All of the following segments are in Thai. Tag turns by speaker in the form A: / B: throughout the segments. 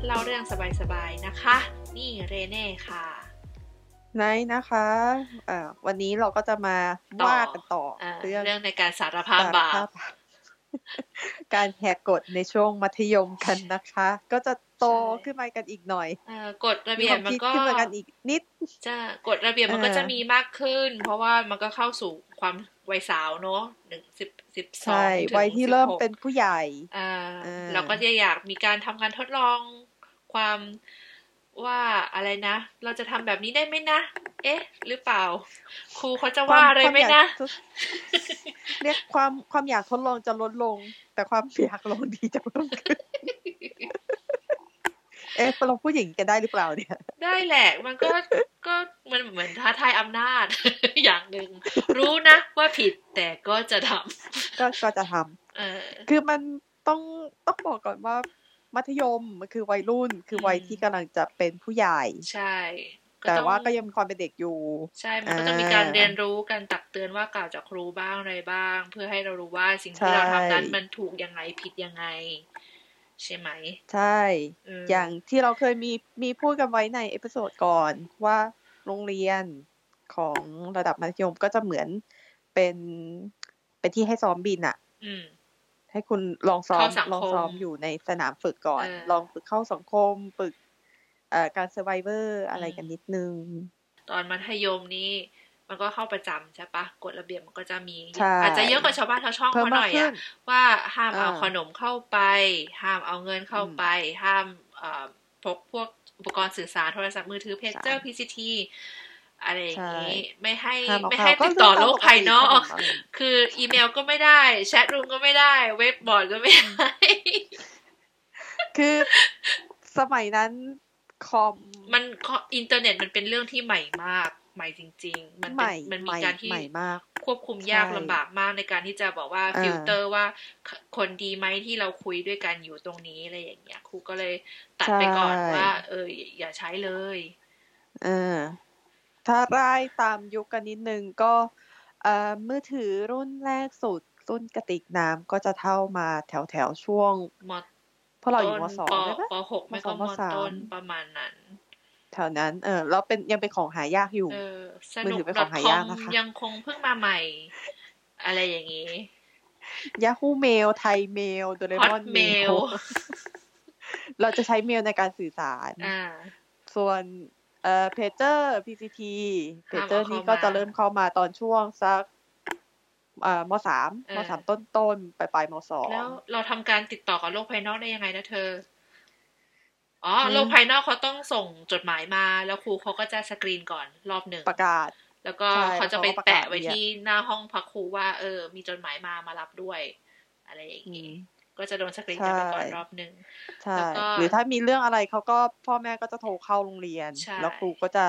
A: สบายๆนะคะ นี่เรเน่ค่ะ
B: ไนท์นะคะอ่าวันนี้เราก็จะมา
A: ต่อ
B: ว่ากันต่อ
A: อ่า
B: เรื่อง
A: เรื่องในการสารภาพบาป
B: สรภพ การแหกกฎในช่วงมัธยมกันนะคะ ก็จะโตขึ้นมากันอีกหน่อย
A: เอ่อกฎระ
B: มี
A: เบีย
B: ค
A: บ
B: วาม
A: มัน
B: คิด
A: ก็
B: ขึ้นมากันอีกนิด
A: จะกฎระเบียบมันก็
B: เออ
A: จะมีมากขึ้น เพราะว่ามันก็เข้าสู่ความวัยสาวเนอะหนึ่งสิบสิบสอ
B: ใช่
A: งถึง
B: วัยที่เริ่ม
A: 16
B: เป็นผู้ใหญ่
A: อ่า
B: อ่า
A: เราก็จะอยากมีการทำการทดลองความว่าอะไรนะ เราจะทำแบบนี้ได้ไหมนะ เอ๊ะ หรือเปล่า ครูเขาจะว่าอะไรไหม
B: อยาก
A: นะ
B: ทดเรียกความความอยากทดลองจะลดลง แต่ความอยากลองดีจะเพิ่มขึ้น เอ๊ะเราผู้หญิงกันได้หรือเปล่าเนี่ย
A: ได้แหละ มันก็ก็มันเหมือนท้าทายอำนาจ อย่างหนึ่งรู้นะว่าผิดแต่ก็จะท
B: ก็ก็จะทำ
A: ำเออ
B: คือมันต้องต้องบอกก่อนว่ามัธยมมันคือวัยรุ่นคือวัย
A: อืม
B: ที่กำลังจะเป็นผู้ใหญ่
A: ใช่ก็
B: แต่
A: ต้อง
B: ว่าก็ยังมีความเป็นเด็กอยู่
A: ใช่มันก็ต้องมีการเรียนรู้การตักเตือนว่ากล่าวจากครูบ้างอะไรบ้าง เพื่อให้เรารู้ว่าสิ่งที่เราทำนั้น
B: ใช่
A: มันถูกยังไงผิดยังไง ใช่ไหม
B: ใช่
A: เอออ
B: อย่างที่เราเคยมีมีพูดกันไว้ในเอพิโซดก่อนว่าโรงเรียนของระดับมัธยมก็จะเหมือนเป็นเป็นที่ให้ซ้อมบินอะ
A: อืม
B: ให้คุณลองซ้อม
A: เข้าสังคม
B: ลองซ้อมอยู่ในสนามฝึกก่อน
A: เออ
B: ลองฝึกเข้าสังคมฝึกเอ่อการเซอร์ไวเวอร์อะไรกันนิดนึง
A: ตอนมัธยมนี่มันก็เข้าประจำใช่ปะกฎระเบียบมันก็จะมี
B: ใช่
A: อาจจะเยอะกว่าชาวบ้านชาวช่อง
B: เพิ่ม
A: เขาห
B: มา
A: น่อย
B: กขึ้
A: อะ
B: น
A: ว่าห้ามเอา
B: อ่า
A: ขนมเข้าไป ห้ามเอาเงินเข้าไป ห้ามเอ่อพกพวกอุปกรณ์สื่อสารโทรศัพท์มือถือเพจเจอร์พีซีทีอะไรอย่างนี้ ไม่ให้
B: ห้ามเอา
A: ไม่
B: เข้า
A: ให้
B: ก็
A: ติดต่อ
B: เรื่องตาม
A: โลกภายนอก
B: ปกติครับ
A: คืออีเมลก็ไม่ได้แชทรูมก็ไม่ได้ เว็บบอร์ดก็ไม่ได้
B: คือสมัยนั้นคอม
A: มันก็อินเทอร์เน็ตมันเป็นเรื่องที่ใหม่มาก ใหม่จริง ๆ มัน
B: ให
A: เป็
B: ม่
A: นมัน
B: ให
A: มี
B: ม่
A: การที่
B: ใหม่มาก
A: ควบคุมยาก
B: ใช่
A: ลำบากมากในการที่จะบอกว่า
B: อ่า
A: ฟิลเตอร์ว่าคคนดีไหมที่เราคุยด้วยกันอยู่ตรงนี้อะไรอย่างเงี้ยครูก็เลยตัดไปก่อนว่า เอออย่าอย่าใช้เลย
B: เออถ้าไล่ตามยุคกันนิดนึงก็เอ่อมือถือรุ่นแรกสุด รุ่นกระติกน้ำก็จะเท่ามาแถวแถวๆช่วง
A: มอ
B: พอเราอยู่
A: ต้น
B: มสอง
A: ป
B: ได้ปะ
A: ปหกไม่ก็ม
B: มสองม
A: อ
B: สาม
A: ต้นประมาณนั้น
B: แถวนั้น เออแล้วเป็นยังเป็นของหายากอยู่
A: เออส
B: มือ
A: นุ
B: ถื
A: ก
B: อเป็น
A: ด
B: ข
A: อ
B: อ
A: ทคอ
B: งหายาก
A: ม
B: นะคะ
A: ยังคงเพิ่งมาใหม่ อะไรอย่างงี้
B: Yahoo Mail ไทย Mail โดเรมอน
A: Hotmail
B: เราจะใช้เมลในการสื่อสาร
A: อ่า
B: ส่วนเอ่อเพเจอร์ PCT เพ
A: อ่า
B: เจอร์นี้
A: เข้ามา
B: ก็จะเริ่มเข้ามาตอนช่วงสักเอ่อมสาม
A: เออ
B: มสามต้นต้นๆปลายปลายมสอง
A: แล้วเราทำการติดต่อกับโลกภายนอกได้ยังไงนะเธอ อ๋อ
B: อืม
A: โลกภายนอกเขาต้องส่งจดหมายมา แล้วครูเขาก็จะสกรีนก่อนรอบหนึ่ง
B: ประกาศ
A: แล้วก็
B: ใช่
A: เขาจะไป
B: แล้วเขาก็ประกา
A: แปะ
B: ศ
A: ไว้ที่หน้าห้องพักครูว่า เออ มีจดหมายมามารับด้วย อะไรอย่าง
B: อื
A: งี้
B: ม
A: ก็จะโดนสกรีนกันไปก่อน
B: ใช่
A: รอบหนึ่ง
B: ใช่
A: แล้วก็
B: หรือถ้ามีเรื่องอะไรเขาก็พ่อแม่ก็จะโทรเข้าโรงเรียน
A: ใช่
B: แล้วครูก็จะ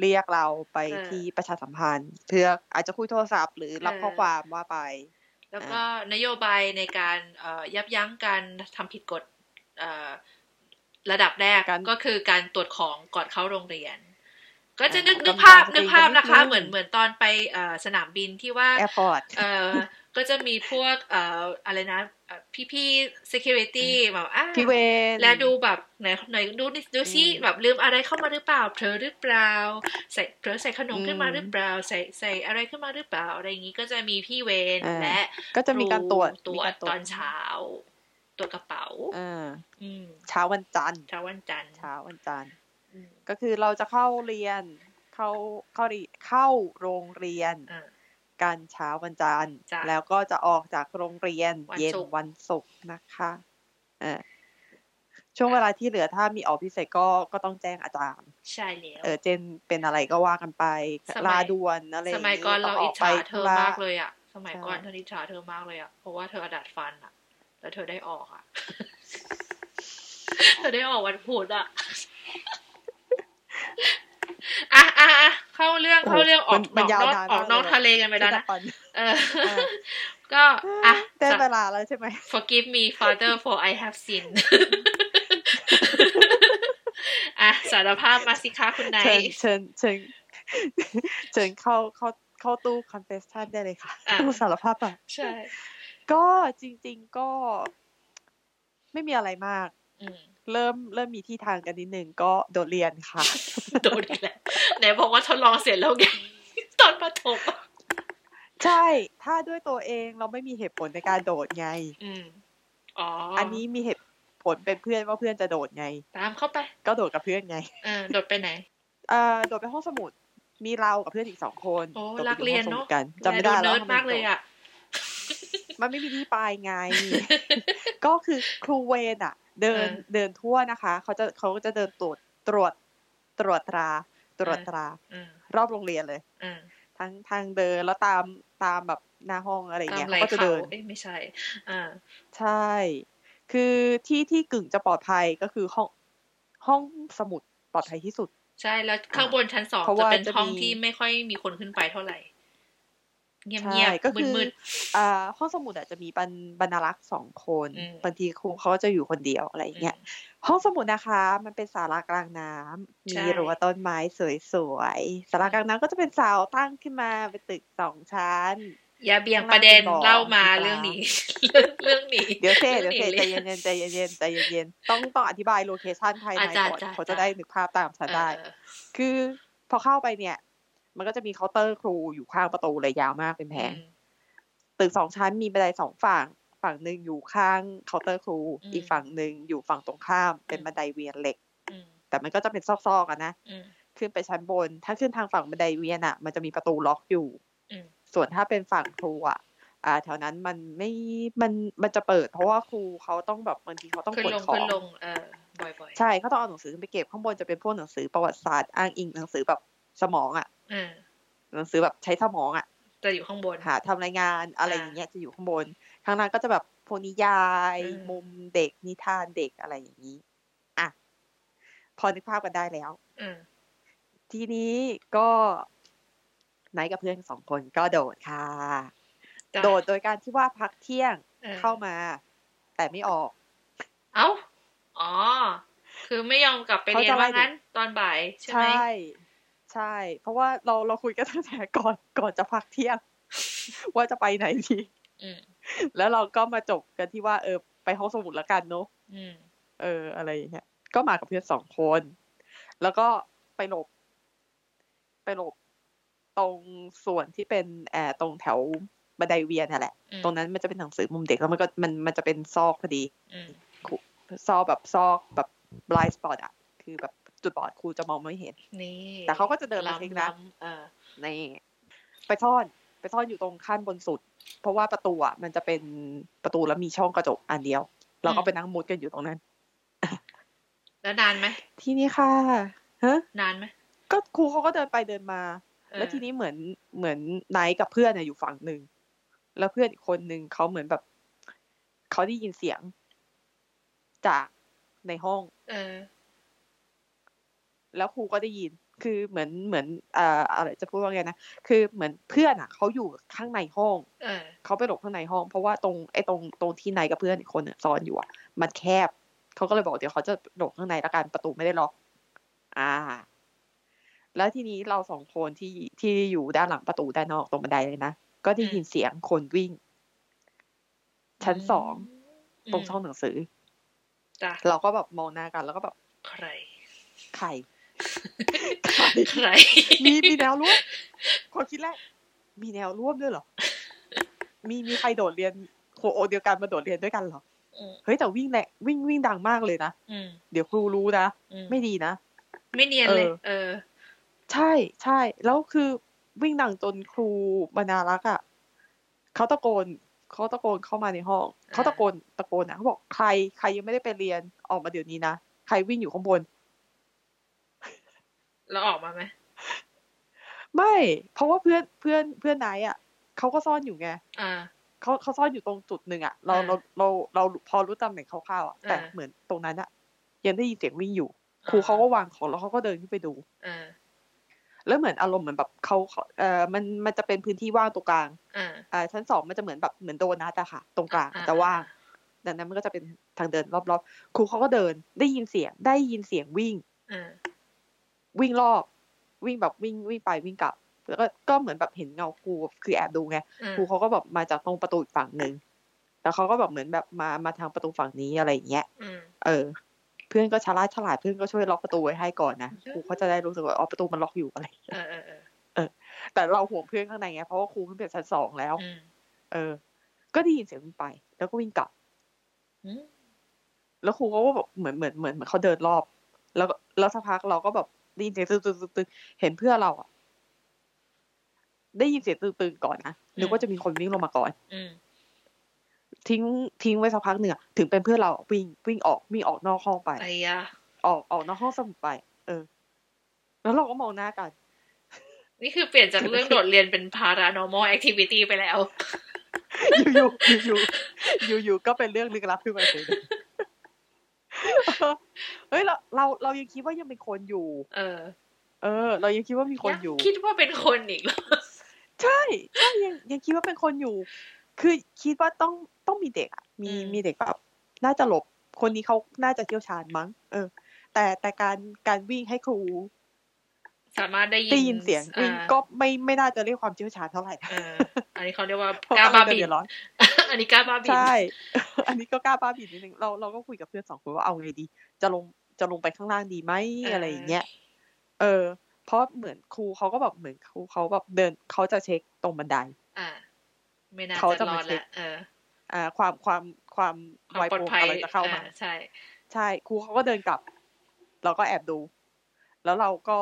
B: เรียกเราไป
A: เออ
B: ที่ประชาสัมพันธ์ เพื่ออาจจะคุยโทรศัพท์หรือรับ
A: เออ
B: ข้อความว่าไป
A: แล้วก็นโยบายในการเอ่อยับยั้งการทำผิดกฎเอ่อระดับแรก
B: การ
A: ก็คือการตรวจของก่อนเข้าโรงเรียน ก็จะ
B: อ่า
A: นึ
B: นึ
A: กนึก
B: กำกับ
A: ภาพ
B: ตัว
A: นึก
B: เอง
A: ภาพ
B: กันนิด
A: นะคะ
B: นึง
A: เหมือนเหมือนตอนไปเอ่อสนามบินที่ว่า
B: แอร์พอร์ต
A: เอ่อก็จะมีพวกเอ่ออะไรนะเอ่อพี่ๆ security แบบอ่ะ
B: พี่เวน
A: และดูแบบไหนไหนดูดิดูซิ
B: อืม
A: แบบลืมอะไรเข้ามาหรือเปล่าเผลอหรือเปล่า ใส่เผลอใส่ขนมขึ้นมาหรือเปล่า ใส่ใส่อะไรขึ้นมาหรือเปล่าอะไรอย่างนี้ก็จะมีพี่เวร
B: อ่า
A: และ
B: ก็จะมีการตรวจ
A: ตร
B: มี
A: วจ
B: การ
A: ตอนเช้า ตรวจกระเป๋า
B: อ่า
A: อืม
B: เช้าวันจันทร์
A: เช้าวันจันทร์
B: เช้าวันจันทร์
A: อืม
B: ก็คือเราจะเข้าเรียนเข้าเข้าเรียเข้าโรงเรียน
A: อ่า
B: กันเช้าวันจันทร์
A: จ้ะ
B: แล้วก็จะออกจากโรงเรียน
A: วันศุกร์
B: เย็นวันศุกร์นะคะเออช่วงเวลาที่เหลือถ้ามีออกพิเศษก็ก็ต้องแจ้งอาจารย์
A: ใช่แล้ว
B: เออเจนเป็นอะไรก็ว่ากันไป
A: สมัย
B: ลาด่วนอะไรอ
A: ส
B: ย่าง
A: มัย
B: นี้
A: ก่อน
B: ต้
A: เรา
B: ง
A: อิจ
B: ไป
A: ฉาเธ
B: ธุ
A: อ
B: ระ
A: มากเลยอ่ะ สมัยก่อน
B: ใช่
A: เธออิจฉาเธอมากเลยอ่ะ เพราะว่าเธอดัดฟันอ่ะ แล้วเธอได้ออกอ่ะ เธอได้ออกวันพุธอ่ะ อ่ะอ่ะอ่ะเข้าเรื่องเข้าเรื่องออกออกนอก
B: มันมันยาวนาน
A: ออกนอก
B: มากเลย
A: ทะเลกันไปแล้วนะ
B: ที่ปัน
A: เออ
B: เออ
A: ก็อ่ะ
B: ได้เวลาแล้วใช่ไหม
A: Forgive me, Father, for I have sinned อ่ะสารภาพมาสิคะคุณนาย
B: เชิญเชิญเชิญเชิญเข้าเข้าเข้าตู้ confession ได้เลยค่ะ
A: อ่ะ
B: ตู้สารภาพอ่ะ
A: ใช่
B: ก็จริง ๆก็ ไม่มีอะไรมาก
A: อืม
B: เริ่มเริ่มมีที่ทางกันนิดนึงก็โดดเรียนค่ะ
A: โดนอีกแล้วไหนบอกว่าทดลองเสร็จแล้วไง ตอนประถมอะ
B: ใช่ ถ้าด้วยตัวเองเราไม่มีเหตุผลในการโดดไง
A: อืมอ๋อ
B: อั
A: อั
B: นนี้มีเหตุผลเป็นเพื่อนว่าเพื่อนจะโดดไง
A: ตามเข้าไป
B: ก็โดดกับเพื่อนไง
A: เออโดดไปไหน
B: เอ่อโดดไปห้องสมุด มีเรากับเพื่อนอีกสองคน
A: โอ้
B: โดดไป
A: รักเรียน
B: ห้
A: เน
B: องสมุ
A: อะ
B: กันจำไม่ได้
A: แก
B: แล้ว
A: เนิร์ดมากเลยอ่ะ
B: มันไม่มีที่ไปไง ก็คือครูเวนอะเดิน
A: เออ
B: เดินทั่วนะคะเขาจะเขาจะเดินตรวจตรวจตรวจตรา ตรวจ
A: เออ
B: ตรา
A: อืม
B: รอบโรงเรียนเลย
A: อืม
B: ทั้งทางเดินแล้วตามตามแบบหน้าห้องอะไร
A: ตาม
B: เงี้ย
A: ไหล
B: เขาก็จะ
A: เขา
B: เดิน
A: เอ้ยไม่ใช่อ่า
B: ใช่ คือที่ที่กึ่งจะปลอดภัยก็คือห้องห้องสมุดปลอดภัยที่สุด
A: ใช่แล้วข้างบนชั้นสอง
B: เพราะ
A: จะ
B: ว่า
A: เป็น
B: จะ
A: ห้อง
B: มี
A: ที่ไม่ค่อยมีคนขึ้นไปเท่าไหร่ เงียบ
B: ใช่
A: เงียบ
B: ก็
A: มื
B: คื
A: ด
B: อ
A: มืด
B: อ่าห้องสมุดอาจจะมีบรรบรรณารักษ์สองคน
A: อืม
B: บางทีครูเขาก็จะอยู่คนเดียวอะไรอย่างเงี้ย ห้องสมุดนะคะ มันเป็นศาลากลางน้ำ
A: ใช่
B: มีรั้วต้นไม้สวยๆศาลากลางน้ำก็จะเป็นเสาตั้งขึ้นมาเป็นตึกสองชั้น
A: อย่าเบี่ยงประเด็น
B: ข้างล่างเป็นบ่อ
A: เล่ามา
B: มีปลา
A: เรื่องนี้ เรื่องเรื่องนี้
B: เดี๋ยว เซ่
A: รื่
B: เดี๋
A: อง
B: ยวเซ่
A: นี้
B: ใจเย็นๆใจเย็นๆใจเย็นๆต้องต้องอธิบายโลเคชันภายใน
A: อ่ะจ้ะ
B: ก่อน
A: จ้ะ
B: เขาจะ
A: จ้ะ
B: ได้นึกภาพตามฉันได้
A: เออ
B: คือพอเข้าไปเนี่ย มันก็จะมีเคาน์เตอร์ครูอยู่ข้างประตูเลยยาวมากเป็นแผง
A: อืม
B: ตึกสองชั้นมีบันไดสองฝั่ง ฝั่งหนึ่งอยู่ข้างเคาน์เตอร์ครู
A: อืม
B: อีกฝั่งหนึ่งอยู่ฝั่งตรงข้าม เป็นบันไดเวียนเหล็ก
A: อืม
B: แต่มันก็จะเป็นซอกๆกันนะ
A: อืม
B: ขึ้นไปชั้นบน ถ้าขึ้นทางฝั่งบันไดเวียนอ่ะ มันจะมีประตูล็อกอยู่
A: อืม
B: ส่วนถ้าเป็นฝั่งครูอ่ะ อ่า แถวนั้นมันไม่ มัน มันจะเปิด เพราะว่าครูเขาต้องแบบบางทีเขาต้อง
A: ขึ้น
B: ขน
A: ลง
B: ขอ
A: ขึ้น
B: ง
A: ลงเออบ่อยๆ
B: ใช่เขาต้องเอาหนังสือขึ้นไปเก็บข้างบนจะเป็นพวกหนังสือประวัติศาสตร์อ้างอิงหนังสือแบบสมองอ่ะ
A: อ่า
B: หนังสือแบบใช้สมองอ่ะ
A: จะอยู่ข้างบน
B: หาทำรายงานอะไร
A: อ่า
B: อย่างเงี้ยจะอยู่ข้างบน ข้างล่างก็จะแบบโพวกนิยาย
A: อืม
B: มุมเด็กนิทานเด็กอะไรอย่างนี้ อ่ะ พอนึกภาพกันได้แล้ว
A: อืม
B: ทีนี้ก็ ไนท์กับเพื่อนสองคนก็โดดค่ะ
A: จ้ะ
B: โดดโดยการที่ว่าพักเที่ยง
A: ออ
B: เข้ามา แต่ไม่ออก
A: เอ้า อ๋อ คือไม่ยอมกลับไปเรียน
B: เขาจะไล่
A: ว่างั้น
B: ดิ
A: ตอนบ่ายใช่ไหม
B: ใช่ เพราะว่าเราเราคุยกันตั้งแต่ก่อนก่อนจะพักเที่ยง ว่าจะไปไหนดี
A: อืม
B: แล้วเราก็มาจบกันที่ว่าเออไปห้องสมุดละกันเนอะ
A: อืม
B: เอออะไรอย่างเงี้ย ก็มากับเพื่อนสองคน แล้วก็ไปหลบ ไปหลบ ตรงส่วนที่เป็นแออตรงแถวบันไดเวียนน่ะแหละ
A: อืม
B: ตรงนั้นมันจะเป็นหนังสือมุมเด็กแล้วมันก็มันมันจะเป็นซอกพอดี
A: อืม
B: ซอกแบบซอกแบบ blind spot อ่ะ คือแบบจุดบอดครูจะมองไม่เห็น
A: นี่
B: แต่เขาก็จะเดินมา
A: ล้ำ
B: เช็คนะ
A: ล้ำเออ
B: นี่ไปซ่อน ไปซ่อนอยู่ตรงขั้นบนสุด เพราะว่าประตูอ่ะมันจะเป็นประตูแล้วมีช่องกระจกอันเดียว เราก็ไปนั่งมุดกันอยู่ตรงนั้น
A: แล้วนานไหม
B: ทีนี้ค่ะฮะ
A: นานไหม
B: ก็ครูเขาก็เดินไปเดินมา
A: เออ
B: แล้วทีนี้เหมือนเหมือนไนท์กับเพื่อนน่ะอยู่ฝั่งหนึ่งแล้วเพื่อนอีกคนหนึ่งเขาเหมือนแบบเขาได้ยินเสียง จากในห้อง
A: เออ
B: แล้วครูก็ได้ยิน คือเหมือนเหมือนเอ่ออะไรจะพูดว่าไงนะคือเหมือนเพื่อนอ่ะเขาอยู่ข้างในห้อง
A: เออ
B: เขาไปหลบข้างในห้อง เพราะว่าตรงไอ้ตรงตรงที่ไนท์กับเพื่อนอีกคนเนี่ยซ่อนอยู่อ่ะ มันแคบเขาก็เลยบอกเดี๋ยวเขาจะหลบข้างในละกันประตูไม่ได้ล็อก อ่า แล้วทีนี้เราสองคนที่ที่อยู่ด้านหลังประตูด้านนอกตรงบันไดเลยนะก็ได้ยินเสียงคนวิ่ง ชั้นสองตรงช่องหนังสือ
A: จ้ะ
B: เราก็แบบมองหน้ากัน แล้วก็แบบ
A: ใคร
B: ใคร ใคร
A: ใคร
B: มีมีแนวร่วมคนคิดแรกมีแนวร่วมด้วยเหรอ มีมีใครโดดเรียนหัวอกเดียวกันมาโดดเรียนด้วยกันเหรอ
A: อืม
B: เฮ้ยแต่วิ่งแหละวิ่งวิ่งดังมากเลยนะ
A: อืม
B: เดี๋ยวครูรู้นะ
A: อืม
B: ไม่ดีนะ
A: ไม่เนียนเลย เออ
B: ใช่ใช่แล้วคือวิ่งดังจนครูบรรณารักษ์อ่ะเขาตะโกนเขาตะโกนเข้ามาในห้อง
A: อ่า
B: เขาตะโกนตะโกนนะเขาบอกใครใครยังไม่ได้ไปเรียนออกมาเดี๋ยวนี้นะใครวิ่งอยู่ข้างบน
A: แล้วออกมาไหม
B: ไม่ เพราะว่าเพื่อนเพื่อนเพื่อนนายอ่ะเขาก็ซ่อนอยู่ไง
A: อ่า
B: เขาเขาซ่อนอยู่ตรงจุดหนึ่งอ่ะเรา
A: อ่า
B: เราเราเราพอรู้ตำแหน่งคร่าวๆอ่ะแต่
A: อ่า
B: เหมือนตรงนั้นอ่ะ ยังได้ยินเสียงวิ่งอยู่ ครูเขาก็วางของแล้วเขาก็เดินขึ้นไปดู
A: เออ
B: แล้วเหมือนอารมณ์เหมือนแบบเขาเขาเออมันมันจะเป็นพื้นที่ว่างตรงกลาง
A: อ่า
B: อ่าชั้นสองมันจะเหมือนแบบเหมือนโดนัทอะค่ะ ตรงกลาง
A: อ่า
B: จะว่างดังนั้นมันก็จะเป็นทางเดินรอบๆครูเขาก็เดินได้ยินเสียงได้ยินเสียงวิ่ง
A: อ่า
B: วิ่งรอบ วิ่งแบบวิ่งวิ่งไปวิ่งกลับ แล้วก็ก็เหมือนแบบเห็นเงาครูคือแอบดูไง
A: อ่า
B: ครูเขาก็แบบมาจากตรงประตูอีกฝั่งหนึ่งแล้วเขาก็แบบเหมือนแบบมามาทางประตูฝั่งนี้อะไรอย่างเงี้ย
A: อืม
B: เออ เพื่อนก็ฉลาดฉลาดเพื่อนก็ช่วยล็อกประตูไว้ให้ก่อนนะครูเขาจะได้รู้สึกว่าอ๋อประตูมันล็อกอยู่อะไร
A: เออเออเออ
B: แต่เราห่วงเพื่อนข้างในไงเพราะว่าครูขึ้นไปชั้นสองแล้ว
A: อืม
B: เออ ก็ได้ยินเสียงวิ่งไป แล้วก็วิ่งกลับ
A: อืม
B: แล้วครูก็แบบเหมือนเหมือนเหมือนเหมือนเขาเดินรอบ แล้วก็แล้วสักพักเราก็แบบได้ยินเสียงตึงตึงตึงตึงเห็นเพื่อนเราอะได้ยินเสียงตึงตึงก่อนนะนึกว่าจะมีคนวิ่งลงมาก่อน
A: อืม
B: ทิ้งทิ้งไว้สักพักหนึ่งอะถึงเป็นเพื่อนเราอะวิ่งวิ่งออกวิ่งออกนอกห้องไป
A: ไอ้ยะ
B: ออกออกนอกห้องสมุดไป เออ แล้วเราก็มองหน้า กัน
A: นี่คือเปลี่ยนจากเรื่องโดดเรียนเป็น paranormal activity ไปแล้ว
B: อยู่ๆอยู่ๆอยู่ๆก็เป็นเรื่องลึกลับขึ้นมาเฉยเลย เฮ้ยเราเราเรายังคิดว่ายังเป็นคนอยู่
A: เออ
B: เออ เรายังคิดว่ามีคนอยู่
A: งคิดว่าเป็นคนอีกเหรอ
B: ใช่ใช่ยังยังคิดว่าเป็นคนอยู่ คือคิดว่าต้องต้องมีเด็กอะมีมีเด็กแบบน่าจะหลบ คนนี้เขาน่าจะเชี่ยวชาญมั้ง เออ แต่แต่การการวิ่งให้ครู
A: สามารถได้ยิน
B: ได้ยินเสียงวิ่ง
A: อ่า
B: ก็ไม่ไม่น่าจะเรียกความเชี่ยวชาญเท่าไหร่
A: เอออันนี้เขาเรียกว่า
B: เพราะ
A: กา
B: ว่า
A: บา
B: มันจะ
A: บิน
B: เดือดร้อน
A: อันนี้กาบาบิน
B: ใช่ อันนี้ก็กล้าบ้าบิดนิดนึง เราเราก็คุยกับเพื่อนสองคนว่าเอาไงดี จะลงจะลงไปข้างล่างดีไหมอะไรอย่างเงี้ย เออ เพราะเหมือนครูเขาก็แบบเหมือนครูเขาแบบเดินเขาจะเช็คตรงบันได
A: อ่าไม่น่า
B: เขา
A: จะ
B: จะ
A: ร
B: มา
A: อด
B: เช็
A: แล้
B: คว
A: เออ
B: อ่า ความความความ
A: ความ
B: ไว
A: ปลอด
B: โปรง
A: ภัย
B: อะไรจะเข้ามา
A: อ่ใช่
B: ใช่ ครูเขาก็เดินกลับ เราก็แอบดู แล้วเราก็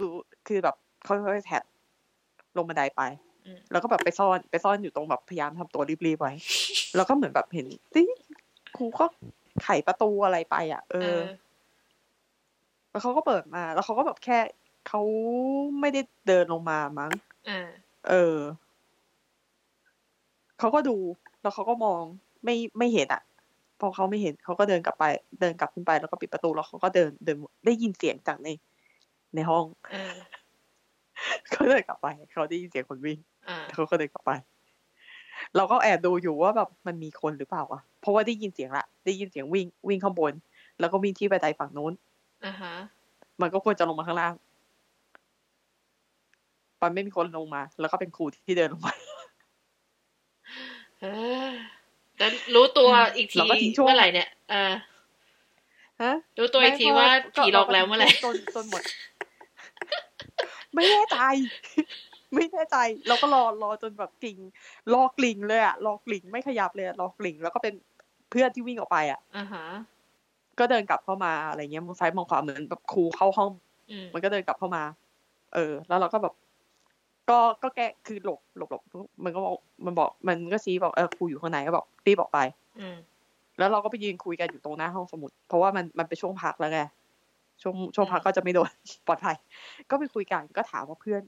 B: ดูคือแบบเขาค่อยๆแท็บลงบันไดไป
A: อืม
B: แล้วก็แบบไปซ่อนไปซ่อนอยู่ตรงแบบพยายามทำตัวรีบๆไว้ แล้วก็เหมือนแบบเห็นติ๊งครูก็ไขประตูอะไรไปอ่ะ เอ
A: เอ
B: อ
A: อ
B: แล้วเขาก็เปิดมา แล้วเขาก็แบบแค่เขาไม่ได้เดินลงมามั้ง
A: เออ
B: เออ เขาก็ดู แล้วเขาก็มอง ไม่ไม่เห็นอ่ะ พอเขาไม่เห็น เขาก็เดินกลับไป เดินกลับขึ้นไป แล้วก็ปิดประตู แล้วเขาก็เดิน เดิน ได้ยินเสียงจากใน ในห้อง
A: เออ
B: เขาเดินกลับไป เขาได้ยินเสียงคนวิ่ง
A: อ่า
B: แล้วเขาก็เดินกลับไป เราก็แอบดูอยู่ว่าแบบมันมีคนหรือเปล่าวะ เพราะว่าได้ยินเสียงละ ได้ยินเสียงวิ่ง วิ่งข้างบน แล้วก็วิ่งที่บันไดฝั่งนู้น
A: อ่าฮะ
B: มันก็ควรจะลงมาข้างล่าง มันไม่มีคนลงมา แล้วก็เป็นครูที่เดินลงมา
A: เออแล้วรู้ตัวอีกที
B: เราก็ทิ้งช่วง
A: เมื่อไหร่เนี่ยเออ
B: ฮะ
A: รู้ตัวอีกทีว่าผีหลอกแล้วเมื่อไหร่
B: จนจนหมด ไม่แน่ใจ ไม่แน่ใจ เราก็รอรอจนแบบกลิ่งรอกลิ่งเลยอะรอกลิ่งไม่ขยับเลยอะรอกลิ่งแล้วก็เป็นเพื่อนที่วิ่งออกไปอะ
A: อ่าฮะ
B: ก็เดินกลับเข้ามาอะไรเงี้ยมองซ้ายมองขวาเหมือนแบบครูเข้าห้อง
A: อืม
B: มันก็เดินกลับเข้ามา เออ แล้วเราก็แบบ ก็ก็แก้คือหลบหลบหลบมันก็บอกมันบอก มันก็ชี้บอกเออครูอยู่ข้างในก็บอกรีบออกไป
A: อืม
B: แล้วเราก็ไปยืนคุยกันอยู่ตรงหน้าห้องสมุด เพราะว่ามันมันเป็นช่วงพักแล้วไงช่วงช่วงพักก็จะไม่โดน ปลอดภัย ก็ไปคุยกันก็ถามว่าเพื่อน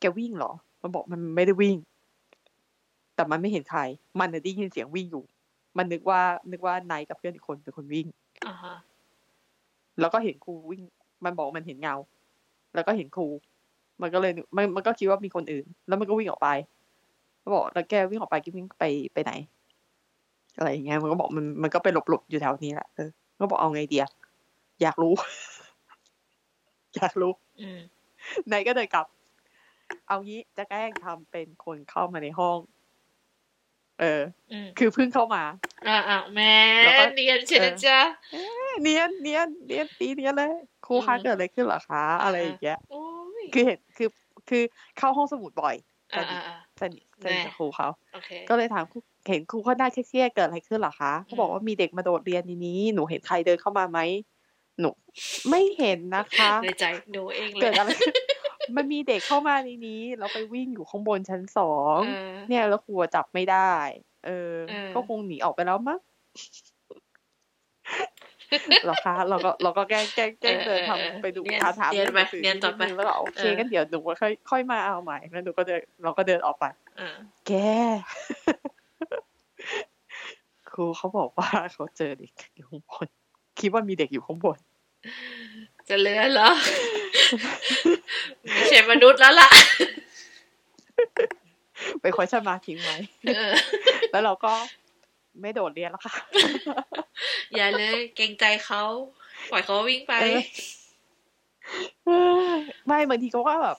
B: แกวิ่งเหรอ มันบอกมันไม่ได้วิ่ง แต่มันไม่เห็นใคร มันน่ะได้ยินเสียงวิ่งอยู่ มันนึกว่า นึกว่านายกับเพื่อนอีกคนเป็นคนวิ่ง
A: อ่าฮะ
B: แล้วก็เห็นครูวิ่ง มันบอกมันเห็นเงา แล้วก็เห็นครู มันก็เลยนึกมันมันก็คิดว่ามีคนอื่น แล้วมันก็วิ่งออกไปมันบอกแล้วแกวิ่งออกไปแกวิ่งไปไปไหน อะไรอย่างเงี้ย มันก็บอกมันมันก็ไปหลบหลบอยู่แถวนี้แหละ เออ ก็บอกเอาไงเดียอยากรู้ อยากรู้
A: อืม
B: ไหนก็เดินกลับ เอางี้จะแกล้งทำเป็นคนเข้ามาในห้อง เออ
A: อืม
B: คือเพิ่งเข้ามา
A: อ่าอ่าแม่
B: แล้วก็
A: เรียนเชยวนะ
B: เออ
A: จ๊ะ
B: เนียนเนียนเนียนตีเนียนเลย ครูคะ
A: อืม
B: เกิดอะไรขึ้นเหรอคะ อะไรอย่างเงี้ย
A: โอ้ย
B: คือเห็นคือคือเข้าห้องสมุดบ่อย
A: อ่าอ่าอ่า
B: สนิทสนิท
A: แน่
B: กับครูเขา
A: โอเค
B: ก็เลยถามครูเห็นครูเขาหน้าเครียดๆเกิดอะไรขึ้นเหรอคะเขาบอกว่ามีเด็กมาโดดเรียนในนี้ หนูเห็นใครเดินเข้ามาไหมหนูไม่เห็นนะคะ
A: ในใจหนูเองเลย
B: เกิดอะไรขึ้นมันมีเด็กเข้ามาในนี้แล้วไปวิ่งอยู่ข้างบนชั้นสอง
A: เออ
B: เนี่ยแล้วครูจับไม่ได้ เออ
A: เออ
B: ก็คงหนีออกไปแล้วมั้ง เหรอคะเราก็เราก็แกล้งแกล้งแกล้งเดินทำไปดู
A: เนียน
B: ถามถาม
A: เรียนไป
B: หงสื
A: เรียนต่อไป
B: นิดนึงแล้วก็โอเค
A: เออ
B: กันเดี๋ยวหนูค่อยค่อยมาเอาใหม่แล้วหนูก็เดินเราก็เดินออกไป
A: อ่า
B: แก ครูเขาบอกว่าเขาเจอเด็กอยู่ข้างบน คิดว่ามีเด็กอยู่ข้างบน
A: จะเลือนเหรอ ไม่ใช่มนุษย์แล้วล่ะ
B: ไปคอยชันมาทิ้งไว้
A: เออ
B: แล้วเราก็ไม่โดดเรียนแล้วค่ะ
A: อย่าเลยเกรงใจเขาปล่อยเขาวิ่งไป
B: เออ ไม่บางทีเขาก็แบบ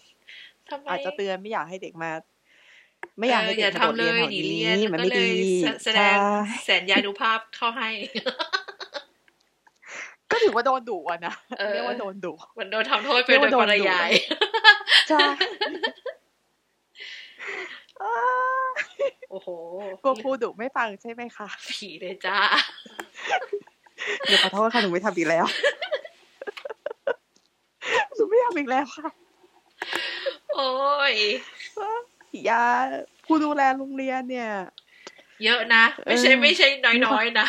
A: ทำไม
B: อาจจะเตือนไม่อยากให้เด็กมา ไม่อยากให้
A: เอออ
B: เด็
A: ย่าก
B: มาโดด
A: ทำเล
B: เรียน
A: ย
B: แถ
A: หนีเรี
B: วนี้
A: ยน
B: มัน
A: ก็
B: ไม่
A: เล
B: ดี
A: ยแสแสดง
B: ใช่
A: แสนยานุภาพเข้าให้
B: ถือว่าโดนดุอ่ะนะ
A: เออ
B: เรียกว่าโดนดุ
A: มันโดนทำโทษไป
B: เรียก
A: โดย
B: ว่าโดน
A: ปริ
B: ดุ
A: ยาย
B: ใช่
A: โอ้โห
B: กลัวครูดุไม่ฟังใช่ไหมคะ
A: ผีเลยจ้า
B: เดี๋ยวขอโทษค่ะหนูไม่ทำอีกแล้ว หนูไม่ทำอีกแล้วค่ะ
A: โอ้ย
B: อย่าผู้ดูแลโรงเรียนเนี่ย
A: เยอะนะ ไม่ใช่
B: เออ
A: ไม่ใช่น้อยๆนะ